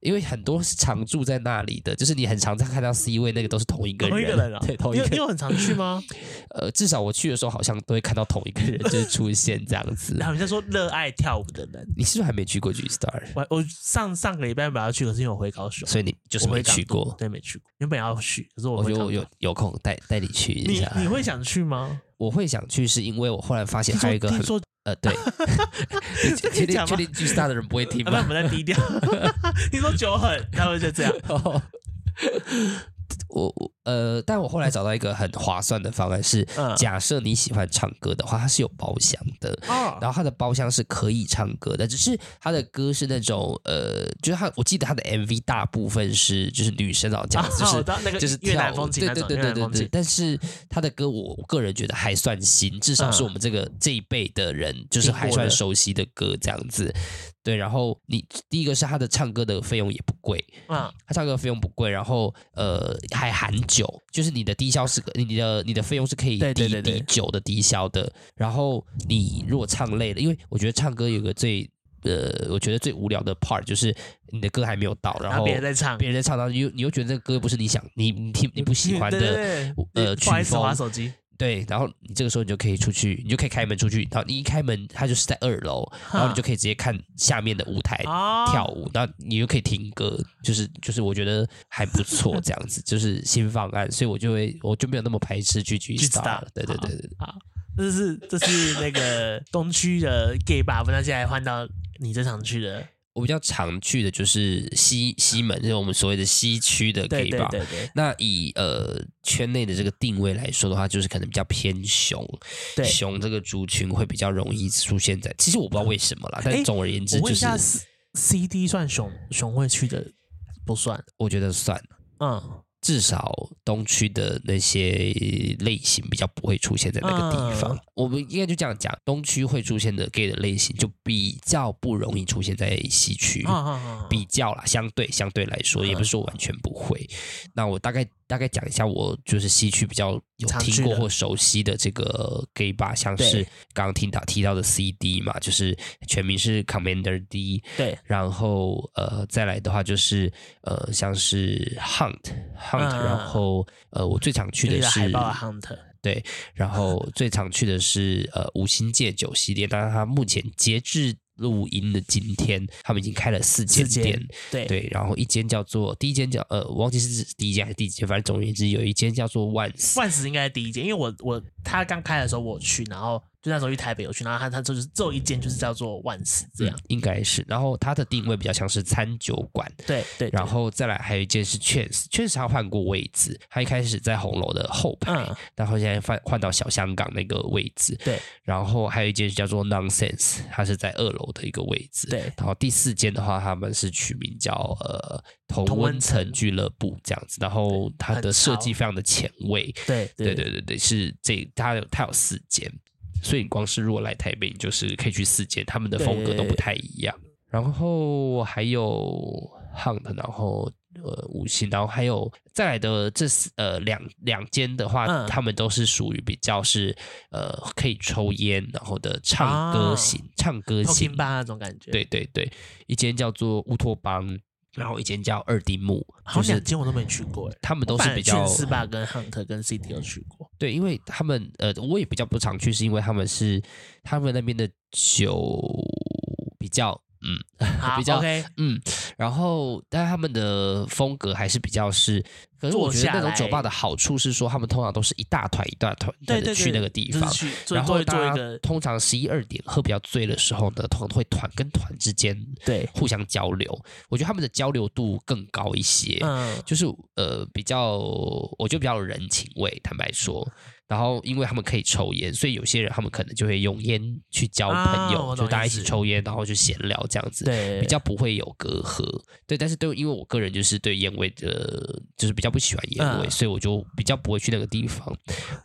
S2: 因为很多是常住在那里的，就是你很常看到 C 位那个都是同一个人，
S1: 同一个人啊
S2: 对，同
S1: 你
S2: 一
S1: 有
S2: 个
S1: 你
S2: 人。
S1: 有很常去吗？
S2: 呃，至少我去的时候好像都会看到同一个人就是出现这样 子
S1: 然。后人家说热爱跳舞的人，
S2: 你是不是还没去过 G Star？
S1: 我我上上个礼拜本来要去，可是因为我回高雄，
S2: 所以你就是
S1: 我回
S2: 没
S1: 港
S2: 去
S1: 都
S2: 过。
S1: 对，没去过，原本要去，可是我
S2: 我
S1: 回
S2: 觉得
S1: 港
S2: 我哦有
S1: 都
S2: 有空带带你去一
S1: 你
S2: 下。
S1: 你会想去吗？
S2: 我会想去，是因为我后来发现
S1: 听
S2: 还
S1: 说
S2: 有一个很
S1: 听说，
S2: 呃，对，
S1: 这可以
S2: 确定
S1: 讲
S2: 确
S1: 吗
S2: 定 G Star 的人不会听
S1: 啊，不然
S2: 吗
S1: 我？们再低 调。听说酒狠，他们就这样。
S2: 哦，我我呃，但我后来找到一个很划算的方案是，
S1: 嗯
S2: 假设你喜欢唱歌的话，它是有包厢的。
S1: 哦
S2: 然后它的包厢是可以唱歌的，只是它的歌是那种呃，就是它，我记得它的 MV 大部分是就是女生老这样 子，
S1: 啊
S2: 就是
S1: 我知道那个
S2: 就是
S1: 越
S2: 跳
S1: 南
S2: 舞
S1: 风情
S2: 对
S1: 那
S2: 对
S1: 种
S2: 对
S1: 越
S2: 对
S1: 南
S2: 对
S1: 风
S2: 对。
S1: 情
S2: 但是他的歌，我个人觉得还算新，至少是我们这个、这一辈的人，就
S1: 嗯听
S2: 是
S1: 过
S2: 还算
S1: 的
S2: 熟悉的歌这样子。对，然后你第一个是他的唱歌的费用也不贵，
S1: 嗯，
S2: 他唱歌费用不贵，然后呃还含酒，就是你的低消是可你的你的费用是可以
S1: 对
S2: 抵
S1: 对对对
S2: 抵酒的低消的。然后你如果唱累了，因为我觉得唱歌有个最呃，我觉得最无聊的 part 就是你的歌还没有到，然
S1: 然
S2: 后
S1: 后别人在唱，
S2: 别人在唱，然后你又你又觉得这个歌不是你想你你听你不喜欢
S1: 对对
S2: 的，
S1: 对
S2: 我
S1: 对
S2: 呃
S1: 不好意
S2: 曲
S1: 思，
S2: 风
S1: 滑手机。
S2: 对，然后你这个时候你就可以出去，你就可以开门出去，然后你一开门，它就是在二楼，然后你就可以直接看下面的舞台
S1: 啊
S2: 跳舞，那你又可以听歌，就是就是我觉得还不错，这样子 就是新方案，所以我就会我就没有那么排斥去 G
S1: G Star，
S2: Star，了对对对对，
S1: 这是这是那个东区的 gay 吧？不，那现在换到你这场去的，
S2: 我比较常去的就是西西门，就是我们所谓的西区的 gay
S1: 对对
S2: 吧。
S1: 对对
S2: 那以呃圈内的这个定位来说的话，就是可能比较偏熊，
S1: 对。
S2: 熊这个族群会比较容易出现在。其实我不知道为什么啦，但
S1: 诶
S2: 总而言之
S1: 我
S2: 就
S1: 问一
S2: 是
S1: 下，C D 算熊熊会去的不算？
S2: 我觉得算，
S1: 嗯，
S2: 至少东区的那些类型比较不会出现在那个地方。
S1: 嗯
S2: 我们应该就这样讲，东区会出现的 gay 的类型就比较不容易出现在西区。
S1: 啊啊啊！
S2: 嗯比较啦，相对相对来说，
S1: 嗯
S2: 也不是说完全不会。那我大概大概讲一下，我就是西区比较有
S1: 常去
S2: 听
S1: 的
S2: 过或熟悉的这个 gay bar，像
S1: 对
S2: 是刚刚听到提到的 CD 嘛，就是全名是 Commander D，
S1: 对，
S2: 然后呃再来的话就是呃像是 Hunt Hunt，、
S1: 嗯
S2: 然后呃我最常去
S1: 就是
S2: 的是
S1: 海豹啊 Hunt，
S2: 对，然后最常去的是呃五星戒酒系列，当然它目前截至录音的今天，他们已经开了四间
S1: 四间
S2: 店，
S1: 对
S2: 对，然后一间叫做第一间叫呃，我忘记是第一间还是第几间，反正总而言之有一间叫做万斯，
S1: 万斯应该是第一间，因为我我他刚开的时候我去，然后就那时候去台北有去，然后他他就是只有一间就是叫做万斯啊这样
S2: 嗯，应该是，然后它的定位比较像是餐酒馆，
S1: 对对，对
S2: 然后再来还有一间是 Chance，Chance 它换过位置，它一开始在红楼的后排，
S1: 嗯
S2: 然后现在换换到小香港那个位置，
S1: 对
S2: 然后还有一间叫做 Nonsense，它是在二楼的一个位置，
S1: 对
S2: 然后第四间的话，他们是取名叫呃同
S1: 同温
S2: 温层
S1: 层
S2: 俱乐部这样子，然后它
S1: 很
S2: 的设
S1: 潮
S2: 计非常的前卫，
S1: 对
S2: 对对对对，是这它有它有四间，所以你光是如果来台北，你就是可以去四间，他们的风格都不太一样。然后还有 Hunt，然后呃五星，然后还有再来的这四呃两两间的话，
S1: 嗯
S2: 他们都是属于比较是呃可以抽烟，然后的唱歌
S1: 啊
S2: 型、唱歌
S1: 偷
S2: 型
S1: 听吧那种感觉，
S2: 对，对对，一间叫做乌托邦，然后一间叫二丁目，
S1: 好
S2: 就
S1: 像
S2: 是
S1: 两间我都没去过，哎，
S2: 他们都
S1: 我
S2: 是
S1: 反而
S2: 比较
S1: 去四霸跟 Hunt 跟 City 有去过，
S2: 对，因为他们呃，我也比较不常去，是因为他们是他们那边的酒比较嗯
S1: 好
S2: 比较
S1: OK，
S2: 嗯，然后但他们的风格还是比较是，可是我
S1: 坐
S2: 觉得
S1: 下
S2: 那种酒
S1: 来
S2: 吧的好处是说，他们通常都是一大团一大团一
S1: 对
S2: 团的
S1: 对
S2: 去
S1: 对，
S2: 那个地
S1: 就是
S2: 方。
S1: 去做
S2: 然后
S1: 做
S2: 大
S1: 做一
S2: 家
S1: 个
S2: 通常十一二点喝比较醉的时候呢，通常会团跟团之间
S1: 对，
S2: 互相交流，我觉得他们的交流度更高一些。
S1: 嗯，
S2: 就是呃比较，我就比较有人情味，坦白说。然后因为他们可以抽烟，所以有些人他们可能就会用烟去交朋友，
S1: 啊我懂
S2: 就大家一
S1: 意
S2: 起
S1: 思
S2: 抽烟，然后就闲聊这样子，
S1: 对，
S2: 比较不会有隔阂。对，但是对，因为我个人就是对烟味的，就是比较不喜欢烟味，
S1: 嗯
S2: 所以我就比较不会去那个地方。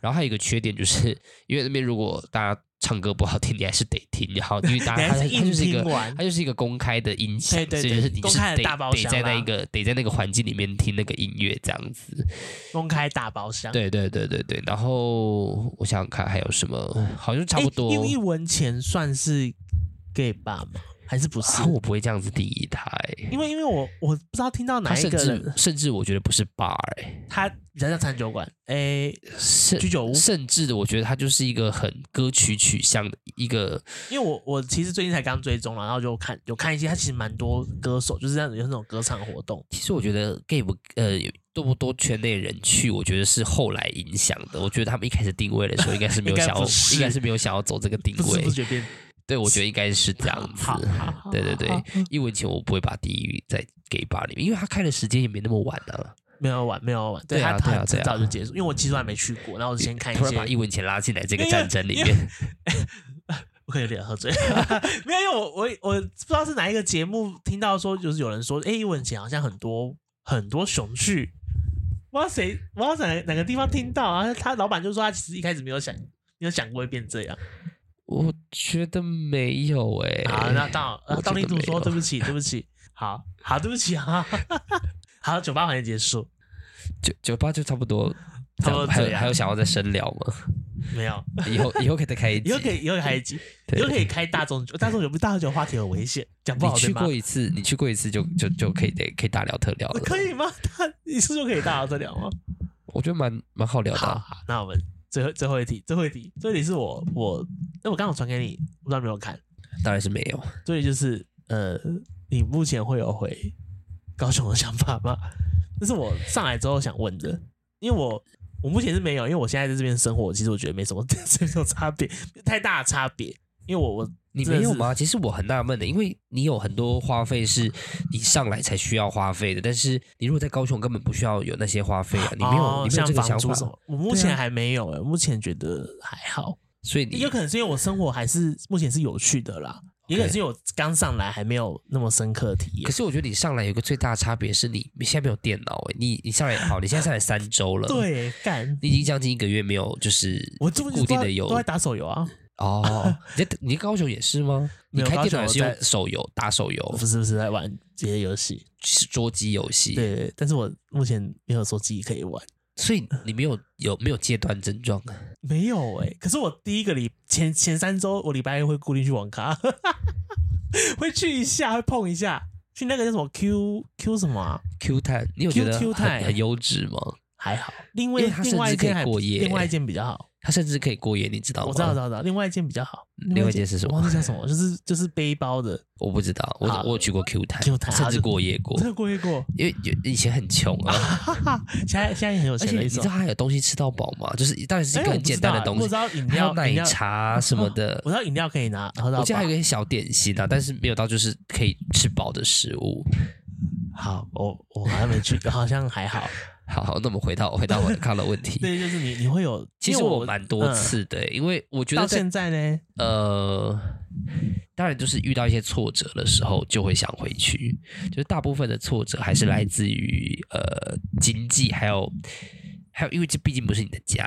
S2: 然后还有一个缺点就是，因为那边如果大家唱歌不好听，你还是得听，然后因为大
S1: 你
S2: 家
S1: 还
S2: 它
S1: 是
S2: 它就
S1: 硬
S2: 是一个
S1: 听完
S2: 它，就是一个公开的音响，
S1: 对对
S2: 所以
S1: 对
S2: 就是你
S1: 公
S2: 是
S1: 开的
S2: 得
S1: 大包
S2: 得
S1: 厢
S2: 在那
S1: 啦
S2: 个得在那个环境里面听那个音乐这样子。
S1: 公开大包厢，
S2: 对对对对对。然后我想想看还有什么，好像差
S1: 诶，
S2: 不多。
S1: 因为文钱算是 gay 吧吗？还是不是
S2: 啊，？我不会这样子定义它、欸，
S1: 因为因为我我不知道听到
S2: 它
S1: 哪一
S2: 甚
S1: 个
S2: 至
S1: 人，
S2: 甚至我觉得不是 bar，、欸、
S1: 他比较像餐酒馆，诶，
S2: 甚
S1: 居酒屋
S2: 甚至我觉得它就是一个很歌曲取向的一个，
S1: 因为我我其实最近才刚追踪了，然后就看有看一些，他其实蛮多歌手就是这样子有那种歌唱活动，
S2: 其实我觉得 gay 不呃。多不多圈内人去，我觉得是后来影响的。我觉得他们一开始定位的时候，应该是没
S1: 应
S2: 有
S1: 该
S2: 想要，
S1: 不是
S2: 应该是没有想要走这个定
S1: 不知
S2: 位
S1: 不。觉变
S2: 对，我觉得应该是这样子
S1: 好。好好
S2: 对对对
S1: 好嗯好，
S2: 一文钱我不会把地狱在 gay bar 里面，因为他开的时间也没那么晚啊。
S1: 没有玩没有玩，
S2: 对啊
S1: 他他
S2: 对啊对
S1: 很
S2: 啊
S1: 早就结束，因为我其实还没去过，然后我先看一
S2: 突然把
S1: 些，
S2: 一文钱拉进来这个
S1: 因为
S2: 战争里
S1: 因
S2: 面，
S1: 我可能有点喝醉， 没有，因为我我我不知道是哪一个节目听到说，就是有人说，哎、一文姐好像很多很多熊去，不知道谁，不知道哪哪个地方听到啊，他老板就说他其实一开始没有想。没有想过会变这样
S2: 我觉得没有哎、
S1: 好，啊那到呃
S2: 我
S1: 到
S2: 觉得
S1: 立柱
S2: 没有
S1: 说对不起，对不起，好好对不起啊， 好，酒吧环节结束，
S2: 酒酒吧就差不多。
S1: 差不多
S2: 还
S1: 这
S2: 有
S1: 样
S2: 还有想要再深聊吗？
S1: 没有，
S2: 以后以后可以再开一集。
S1: 以后可以以后还有一集，
S2: 对
S1: 以后可以开大众酒，大众酒不大众酒话题很危险，讲不
S2: 你
S1: 好
S2: 去
S1: 对吗
S2: 过？一次，你去过一次就就就可以得可以大聊特聊了。
S1: 可，以吗？ 他你是说可以大聊这聊吗？
S2: 我觉得蛮蛮好聊的
S1: 好
S2: 啊。
S1: 好，那我们最后最后一题，最后一题，最后一题是我我，那我刚好传给你，不知道有没有看。
S2: 当然是没有。
S1: 所以就是呃，你目前会有回高雄的想法吗？这是我上来之后想问的，因为我我目前是没有，因为我现在在这边生活，其实我觉得没什么 没什么差别，太大的差别。因为我我
S2: 你
S1: 真的
S2: 没有
S1: 是
S2: 吗？其实我很纳闷的，因为你有很多花费是你上来才需要花费的，但是你如果在高雄根本不需要有那些花费啊，你没有，
S1: 哦
S2: 你没有
S1: 像
S2: 这个
S1: 房
S2: 想
S1: 租什
S2: 法，啊
S1: 么，我目前还没有、欸，目前觉得还好，
S2: 所以你
S1: 有可能是因为我生活还是目前是有趣的啦，也可能是因为我刚上来还没有那么深刻的体验
S2: 可。是我觉得你上来有个最大的差别是你你现在没有电脑哎、你你上来好，你现在上来三周了，，
S1: 对，干，
S2: 你已经将近一个月没有就是
S1: 我这不
S2: 固定的有
S1: 都在打手游啊？
S2: 哦，你在你在高雄也是吗？
S1: 没
S2: 你
S1: 有
S2: 开
S1: 高
S2: 电脑
S1: 雄
S2: 也
S1: 我
S2: 是用
S1: 在
S2: 手游打手游
S1: 不，是不是在玩这些游戏，
S2: 是桌机游戏，，
S1: 对，但是我目前没有手机可以玩，
S2: 所以你没有有没有戒断症状啊？
S1: 没有哎、可是我第一个礼前前三周，我礼拜一会固定去网咖， 会去一下，会碰一下，去那个叫什么 Q Q 什么啊？
S2: Q 探，你有觉
S1: Q-
S2: 得
S1: Q
S2: 很
S1: 探
S2: 很优质吗？
S1: 还好，另外
S2: 因为它甚
S1: 另外
S2: 至
S1: 一
S2: 可以
S1: 间还
S2: 过夜
S1: 另外一间比较好。
S2: 它甚至可以过夜，你知道吗？
S1: 我知道，我知道，我知道。另外一件比较好。
S2: 嗯另外一件是什么
S1: 我忘记叫什么，就是就是背包的，
S2: 我不知道，我
S1: 好
S2: 我有去过 Q 探
S1: Q 探
S2: 甚
S1: 好
S2: 至
S1: 就
S2: 过夜过
S1: 真，的过夜过。
S2: 因为有以前很穷 啊，
S1: 哈哈，现在现在也很有
S2: 而
S1: 钱
S2: 且
S1: 了，
S2: 你
S1: 一
S2: 知
S1: 种
S2: 道。它有东西吃到饱吗？就是当然是一
S1: 哎
S2: 个
S1: 我
S2: 很
S1: 不
S2: 简
S1: 知
S2: 单
S1: 道
S2: 的
S1: 欸
S2: 东
S1: 我
S2: 西
S1: 知，道饮
S2: 还有
S1: 料、
S2: 奶
S1: 饮料，
S2: 茶什么 的
S1: 我。知道饮料可以拿喝到
S2: 我记得还
S1: 饱
S2: 有一个小点心啊，但是没有到就是可以吃饱的食物。
S1: 好，我我好像没去，好像还好。
S2: 好好，那我们回到回到我的看的问题。
S1: 对，就是你你会有，
S2: 其
S1: 因
S2: 实
S1: 为
S2: 我蛮多
S1: 嗯
S2: 次的欸、因为我觉得
S1: 到
S2: 在
S1: 现在呢，
S2: 呃，当然就是遇到一些挫折的时候，就会想回去。就是大部分的挫折还是来自于呃经济，还有还有，因为这毕竟不是你的家，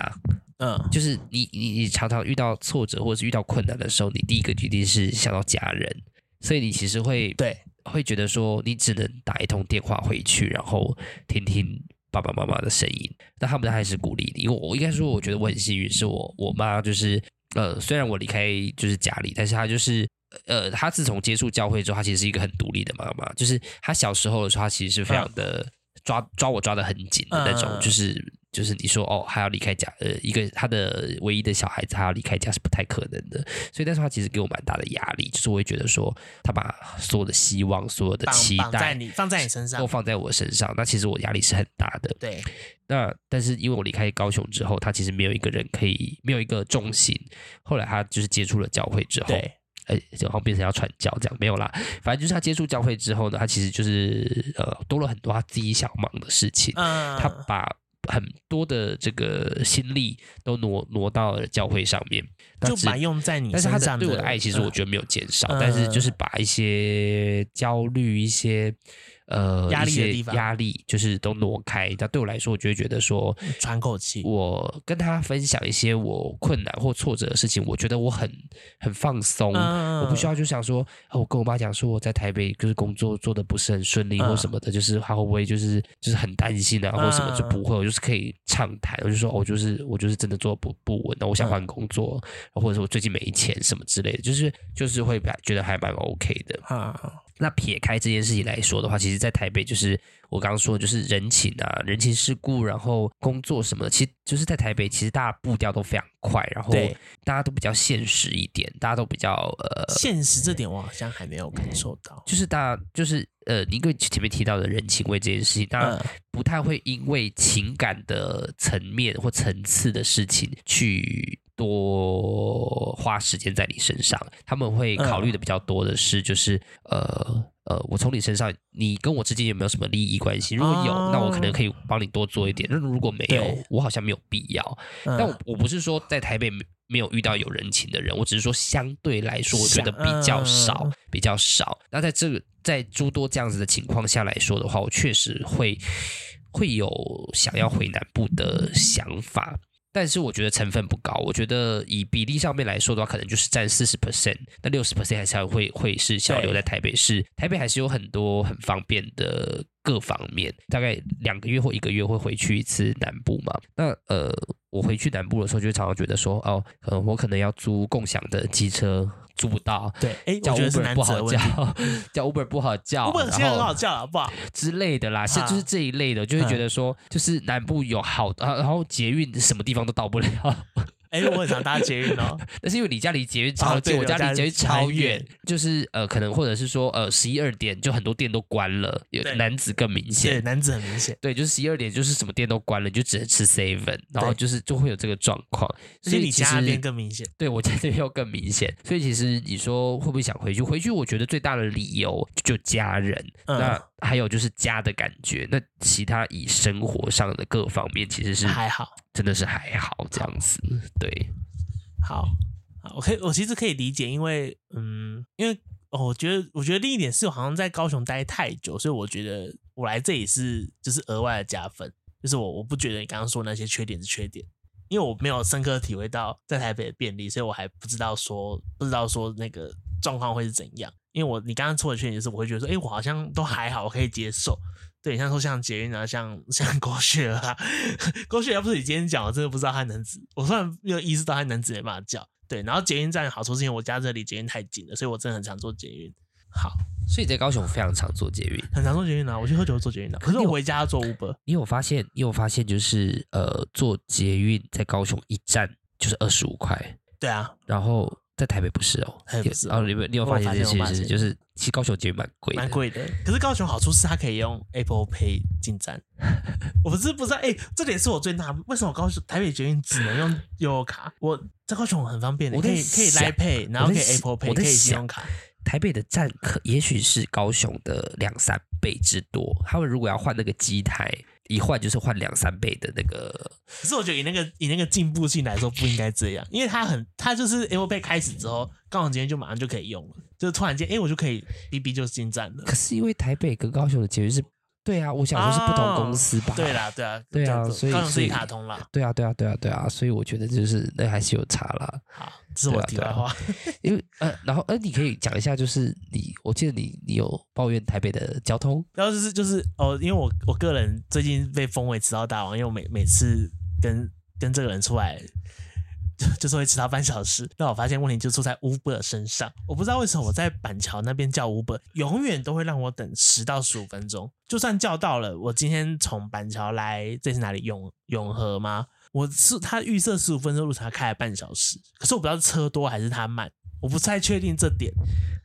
S1: 嗯，
S2: 就是你你你常常遇到挫折或者是遇到困难的时候，你第一个决定是想到家人，所以你其实会
S1: 对，
S2: 会觉得说，你只能打一通电话回去，然后听听爸爸妈妈的声音。那他们还是鼓励你。我我应该说，我觉得我很幸运，是我我妈就是呃，虽然我离开就是家里，但是她就是呃，她自从接触教会之后，她其实是一个很独立的妈妈。就是她小时候的时候，她其实是非常的抓、抓我抓的很紧的那种，
S1: 嗯
S2: 就是。就是你说哦，她要离开家，呃，一个她的唯一的小孩子，她要离开家是不太可能的，所以但是她其实给我蛮大的压力，就是我会觉得说，她把所有的希望、所有的
S1: 绑
S2: 期
S1: 绑在
S2: 待
S1: 你放在你身上
S2: 都，放在我身上，那其实我压力是很大的。
S1: 对，
S2: 那但是因为我离开高雄之后，他其实没有一个人可以，没有一个重心。后来他就是接触了教会之后，
S1: 对，
S2: 哎，然后变成要传教这样，没有啦。反正就是他接触教会之后呢，他其实就是呃多了很多他自己想忙的事情，
S1: 嗯，
S2: 他把很多的这个心力都挪挪到了教会上面，那
S1: 就
S2: 只
S1: 把用在你
S2: 但
S1: 身
S2: 是
S1: 上
S2: 他的对我的
S1: 的
S2: 爱，其实我觉得没有减少，
S1: 嗯
S2: 但是就是把一些焦虑、一些呃
S1: 压力
S2: 一
S1: 的
S2: 些
S1: 地方
S2: 压力就是都挪开。那对我来说，我就会觉得说，
S1: 得喘口气，
S2: 我跟他分享一些我困难或挫折的事情，我觉得我很很放松。
S1: 嗯
S2: 我不需
S1: 要，
S2: 要就想说，啊，我跟我妈讲说我在台北就是工作做的不是很顺利
S1: 嗯
S2: 或什么的，就是她会不会就是就是很担心啊或什
S1: 嗯
S2: 么，就不会，我就是可以畅谈，我就说，哦我就是我就是真的做得不不稳，啊那我想
S1: 嗯
S2: 换工作，或者是我最近没钱什么之类的，就是就是会把觉得还蛮 OK 的。
S1: 啊，
S2: 那撇开这件事情来说的话，其实，在台北就是我刚刚说，的就是人情啊、人情世故，然后工作什么的，其实就是在台北，其实大家步调都非常快，然后
S1: 对
S2: 大家都比较现实一点，大家都比较呃，
S1: 现实这点我好像还没有感受到，
S2: 就是大家就是呃，因为前面提到的人情味这件事情，当然
S1: 嗯，
S2: 不太会因为情感的层面或层次的事情去多花时间在你身上，他们会考
S1: 嗯
S2: 虑的比较多的是，就是、呃呃，我从你身上，你跟我之间有没有什么利益关系？如果有，
S1: 哦
S2: 那我可能可以帮你多做一点；那如果没有
S1: 对，
S2: 我好像没有必要。
S1: 嗯
S2: 但我我不是说在台北没没有遇到有人情的人，我只是说相对来说，我觉得
S1: 相
S2: 比较少，
S1: 嗯
S2: 比较少。那在这个在诸多这样子的情况下来说的话，我确实会会有想要回南部的想法。但是我觉得成分不高，我觉得以比例上面来说的话，可能就是占四十 percent，那六十 percent 还是会会是想要留在台北市。台北还是有很多很方便的各方面，大概两个月或一个月会回去一次南部嘛。那呃，我回去南部的时候，就常常觉得说，哦，呃，我可能要租共享的机车，租不到。
S1: 对，哎，
S2: 叫
S1: 我觉得是
S2: Uber
S1: 男
S2: 不
S1: 子的
S2: 好
S1: 问题。
S2: 叫， 叫 Uber 不好叫，
S1: Uber 现在很
S2: 然后
S1: 好叫了，好不好？
S2: 之类的啦，是
S1: 啊
S2: 就是这一类的，就会觉得说，就是南部有好，啊然后捷运什么地方都到不了，
S1: 哎，我很常搭捷运 哦。
S2: 但是因为你家离捷运超
S1: 哦
S2: 近，
S1: 对
S2: 我家
S1: 我家
S2: 离捷运超
S1: 超
S2: 远
S1: 远，
S2: 就是呃，可能或者是说呃十一二点就很多店都关了，有
S1: 对
S2: 男子更明
S1: 对，
S2: 显。
S1: 男子很明显，
S2: 对，就是十一二点，就是什么店都关了，你就只能吃 seven，然后
S1: 对
S2: 就是就会有这个状况。
S1: 而
S2: 所
S1: 且
S2: 以
S1: 你
S2: 其
S1: 家那
S2: 实
S1: 边更明显。
S2: 对我在这边又更明显，所以其实你说会不会想回去？回去我觉得最大的理由就家人，
S1: 嗯
S2: 那还有就是家的感觉。那其他以生活上的各方面，其实是
S1: 还好，
S2: 真的是还好这样子。对，
S1: 好啊我可以，我其实可以理解，因为嗯，因为哦，我觉得我觉得另一点是我好像在高雄待太久，所以我觉得我来这里是就是额外的加分，就是我我不觉得你刚刚说那些缺点是缺点，因为我没有深刻体会到在台北的便利，所以我还不知道说不知道说那个状况会是怎样。因为我你刚刚说的缺点就是我会觉得说，哎、我好像都还好，我可以接受。对，像说像捷运啊，像像郭雪儿啊， 郭雪儿不是你今天讲，我真的不知道他能指，我虽然没有意识到他能指没办法叫。对，然后捷运站好处是因为我家这里捷运太近了，所以我真的很常坐捷运。好，
S2: 所以在高雄我非常常做捷运。
S1: 很常坐捷运啊，我去喝酒坐捷运的、可是我回家要坐 Uber。
S2: 你有发现？你有发现就是呃，坐捷运在高雄一站就是二十五块，
S1: 对啊，
S2: 然后在台北不是哦，
S1: 台北不是
S2: 哦，你们你有
S1: 我
S2: 发
S1: 有发
S2: 现这
S1: 现我
S2: 件
S1: 发
S2: 事
S1: 现
S2: 就是其实高雄捷运蛮贵的，
S1: 蛮贵的。可是高雄好处是它可以用 Apple Pay 进 站。我不是不知道，哎、这点是我最纳闷，为什么高雄台北捷运只能用悠游卡？我在高雄很方便的，
S2: 我
S1: 可
S2: 在
S1: 以可以
S2: 想
S1: 来 Pay，然后可以 Apple
S2: 我在
S1: Pay，可以信
S2: 想
S1: 用卡。
S2: 台北的站可也许是高雄的两三倍之多，他们如果要换那个机台，一换就是换两三倍的那个。
S1: 可是我觉得以那个以那个进步性来说，不应该这样，因为它很它就是 Apple Pay 开始之后，高雄捷运就马上就可以用了，就是突然间，哎、我就可以 B B 就进站了
S2: 可。是因为台北跟高雄的捷运是，对啊，我想说是不同公司吧？
S1: 对啦，对啊，
S2: 对啊
S1: 这样子
S2: 所以
S1: 高雄是
S2: 所以
S1: 一卡通啦。
S2: 对啊，对啊，对啊，对啊，所以我觉得就是那还是有差啦。
S1: 好，这是我题外话。
S2: 啊 因为呃，然后呃，你可以讲一下，就是你，我记得你你有抱怨台北的交通，
S1: 然后就是就是哦，因为我我个人最近被封为迟到大王，因为我每每次跟跟这个人出来，就就是会迟到半小时。那我发现问题就出在 Uber 身上，我不知道为什么我在板桥那边叫 Uber，永远都会让我等十到十五分钟。就算叫到了，我今天从板桥来，这是哪里？永永和吗？我是他预设十五分钟路程，他开了半小时，可是我不知道是车多还是他慢，我不太确定这点。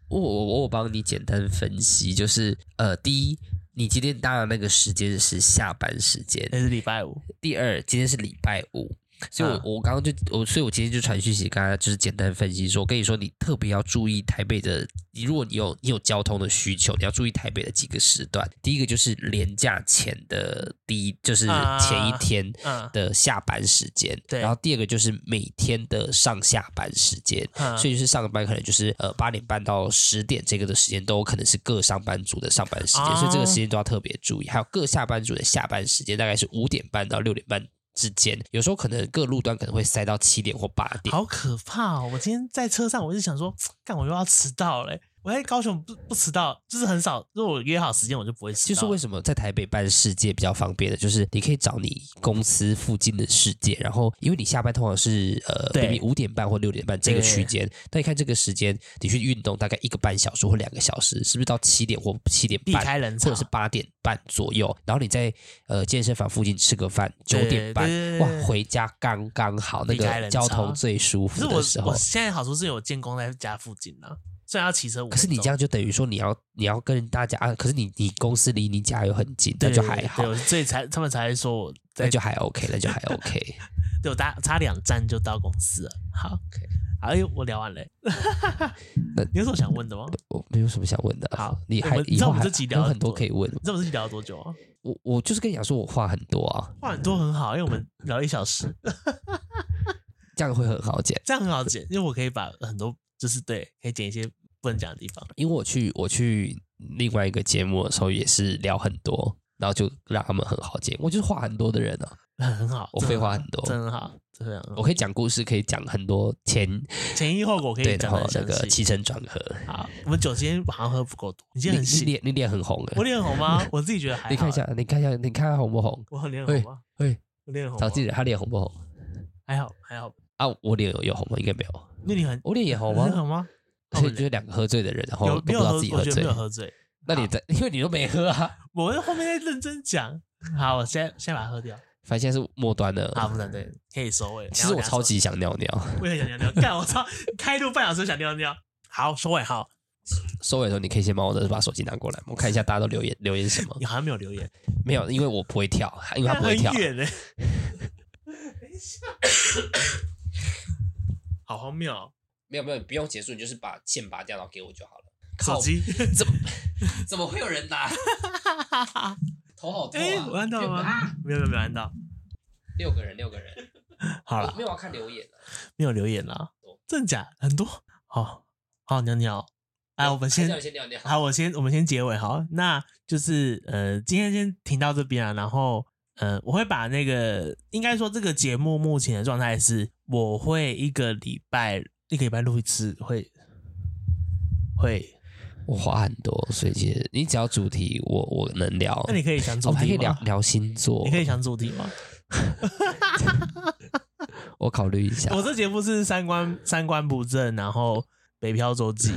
S2: 我我我有帮你简单分析，就是呃，第一，你今天搭的那个时间是下班时间，
S1: 那是礼拜五，
S2: 第二，今天是礼拜五，所以我、
S1: 嗯
S2: 我刚刚就我，所以我今天就传讯息，跟他就是简单分析说，我跟你说，你特别要注意台北的，你如果你有你有交通的需求，你要注意台北的几个时段。第一个就是廉价前的第一，就是
S1: 啊
S2: 前一天
S1: 嗯
S2: 的下班时间，
S1: 对
S2: 然后第二个就是每天的上下班时间，
S1: 嗯
S2: 所以就是上班可能就是呃八点半到十点这个的时间都有可能是各上班族的上班时间，
S1: 啊
S2: 所以这个时间都要特别注意。还有各下班族的下班时间大概是五点半到六点半之间，有时候可能各路段可能会塞到七点或八点。
S1: 好可怕哦！我今天在车上，我就想说，干我又要迟到嘞。我在高雄不不迟到，就是很少，如果我约好时间，我就不会迟
S2: 就是
S1: 到。
S2: 为什么在台北办世界比较方便的，就是你可以找你公司附近的世界，然后因为你下班通常是呃，
S1: 对
S2: 比如五点半或六点半这个
S1: 对
S2: 区间，那你看这个时间，你去运动大概一个半小时或两个小时，是不是到七点或七点
S1: 避
S2: 半？
S1: 开人
S2: 或
S1: 潮，
S2: 者是八点半左右，然后你在呃健身房附近吃个饭，九
S1: 对
S2: 点半
S1: 对对
S2: 哇
S1: 对
S2: 回家刚刚好，那
S1: 离开
S2: 个
S1: 人
S2: 交通
S1: 潮
S2: 最舒
S1: 可是
S2: 服的时
S1: 我
S2: 候
S1: 我。现在好处是有建工在家附近啊，虽然要骑车五分钟，
S2: 可是你这样就等于说你要你要跟大家啊，可是你你公司离你家又很近，那
S1: 对
S2: 就还好嗯
S1: 对，我所以才他们才会说我
S2: 那
S1: 在
S2: 就还 OK，那就还 OK。
S1: 对我搭差两站就到公司了。好
S2: OK
S1: 好，哎呦，我聊完 嘞。你有什么想问的吗？
S2: 我没有什么想问的。啊
S1: 好
S2: 你
S1: 我
S2: 还
S1: 们
S2: 以
S1: 知道
S2: 后
S1: 我们
S2: 还
S1: 这集
S2: 还有
S1: 聊
S2: 很多
S1: 多
S2: 可以问。
S1: 你知道我们自己聊了多久啊？
S2: 我我就是跟你讲说，我话很多啊，
S1: 话很多很好，因为我们聊了一小时，
S2: 这样会很好剪。
S1: 这样很好剪，因为我可以把很多就是对，可以剪一些不能讲的地方。
S2: 因为我去我去另外一个节目的时候也是聊很多，然后就让他们很好剪。我就是话很多的人啊，
S1: 很很好，
S2: 我
S1: 真的
S2: 废话
S1: 好
S2: 很多
S1: 真的好，真的很
S2: 我
S1: 好。
S2: 可以讲故事，可以讲很多前
S1: 前因后果可
S2: 对，
S1: 以
S2: 然
S1: 讲
S2: 后
S1: 的
S2: 那个
S1: 详
S2: 起
S1: 细。
S2: 承转合。
S1: 好，我们酒今天好像喝不够多，你今
S2: 你
S1: 天很
S2: 你
S1: 细。
S2: 脸你脸很红
S1: 我
S2: 了，
S1: 脸红 吗？我自己觉得还好。
S2: 你看一，下，你看一下，你看他红不红？
S1: 我很脸红啊吗？
S2: 喂，
S1: 我脸红
S2: 找
S1: 吗。
S2: 记者他脸红不红？
S1: 还好还好，
S2: 啊，我脸有有红吗？应该没有，
S1: 那你很
S2: 我脸也红
S1: 很
S2: 吗？
S1: 脸红啊吗？
S2: 所以就是两个喝醉的人，然后
S1: 有
S2: 都不
S1: 没
S2: 知
S1: 有
S2: 道
S1: 喝？
S2: 自己
S1: 我觉得
S2: 醉
S1: 没。有喝醉。
S2: 那你在，因为你都没喝啊。
S1: 我们后面再认真讲。好，我现在现在把它喝掉。
S2: 反正现在是末端了。
S1: 好，不能对，可以收尾。
S2: 呃其实我超，级想尿尿。
S1: 我也很想尿尿。干，我操，开路半小时想尿尿。好，收尾好。
S2: 收尾的时候，你可以先帮我的把手机拿过来，我看一下大家都留言留言什么
S1: 你。好像没有留言，
S2: 没有，因为我不会跳，因为他不会跳
S1: 很。远呢、等一下， 好荒谬、哦！
S2: 没有没有，你不用结束，你就是把线拔掉，然后给我就好了。靠
S1: 手机，
S2: 怎么怎么会有人 拿？头好痛
S1: 哎、
S2: 啊！
S1: 我按到了吗
S2: 啊？
S1: 没有没有没有按到。
S2: 六个人，六个人。
S1: 好了，
S2: 没有要看留言了。啊
S1: 没有留言了。真假很多，好好尿尿。哎，我们先
S2: 还是要先尿尿。
S1: 好，我先我们先结尾好，那就是呃，今天先停到这边啊，然后呃，我会把那个应该说这个节目目前的状态是，我会一个礼拜一个礼拜录一次，会会，
S2: 我话很多，所以其实你只要主题，我我能聊。
S1: 那你可以想
S2: 我
S1: 主
S2: 哦们还可以
S1: 题
S2: 聊
S1: 吗？
S2: 聊星座
S1: 你，可以想主题吗？
S2: 我考虑一下。
S1: 我这节目是三观三观不正，然后北漂周记，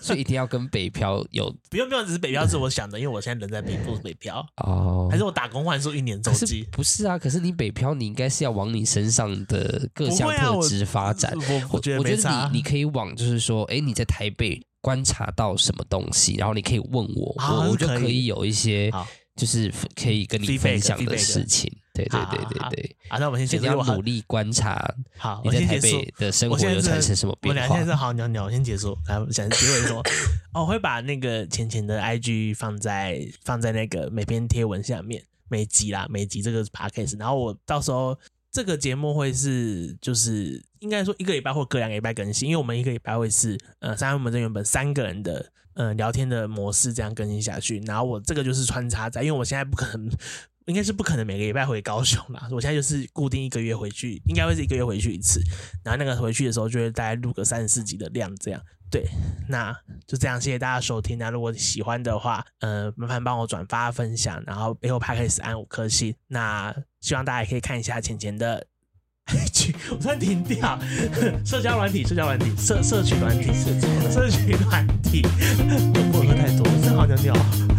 S2: 所以一定要跟北漂有
S1: 不用不用，只是北漂是我想的，因为我现在人在北部北漂，
S2: 哦
S1: 还。是我打工换宿一年周
S2: 可是
S1: 记。
S2: 不是啊？可是你北漂，你应该是要往你身上的各项
S1: 不会啊
S2: 特
S1: 我
S2: 质发展。
S1: 我
S2: 我
S1: 我觉得
S2: 我
S1: 没
S2: 觉得
S1: 差啊
S2: 你你可以往就是说，哎，你在台北观察到什么东西，然后你可以问我，
S1: 啊
S2: 我我就
S1: 可以
S2: 可以有一些
S1: 好
S2: 就是可以跟你
S1: Feedback，
S2: 分享的
S1: feedback
S2: 事情。对对
S1: 好
S2: 对
S1: 好
S2: 对
S1: 好
S2: 对，
S1: 啊，那我们
S2: 所
S1: 先
S2: 以你
S1: 结束
S2: 要
S1: 我好
S2: 努力观察
S1: 好，
S2: 你
S1: 我
S2: 在
S1: 先
S2: 台
S1: 结束。
S2: 北的生
S1: 我
S2: 活
S1: 现在
S2: 有
S1: 真
S2: 产
S1: 的
S2: 生什么
S1: 我
S2: 变
S1: 俩
S2: 化
S1: 现在？是好鸟鸟，我先结束。 来，我想结尾 说，哦，我会把那个浅浅的 IG 放在放在那个每篇贴文下面，每集啦，每集这个 podcast。然后我到时候这个节目会是就是应该说一个礼拜或隔两个礼拜更新，因为我们一个礼拜会是呃三我们这原本三个人的。嗯，聊天的模式这样更新下去，然后我这个就是穿插在，因为我现在不可能应该是不可能每个礼拜回高雄啦，我现在就是固定一个月回去，应该会是一个月回去一次。然后那个回去的时候就会大概录个三十四集的量这样。对，那就这样，谢谢大家收听。那如果喜欢的话，呃，麻烦帮我转发分享，然后背后拍开始按五颗星。那希望大家也可以看一下浅浅的 IG，我突然停掉，社交软体，社交软体， 社社群软体，社社群软体，我我喝太多，真好尿尿。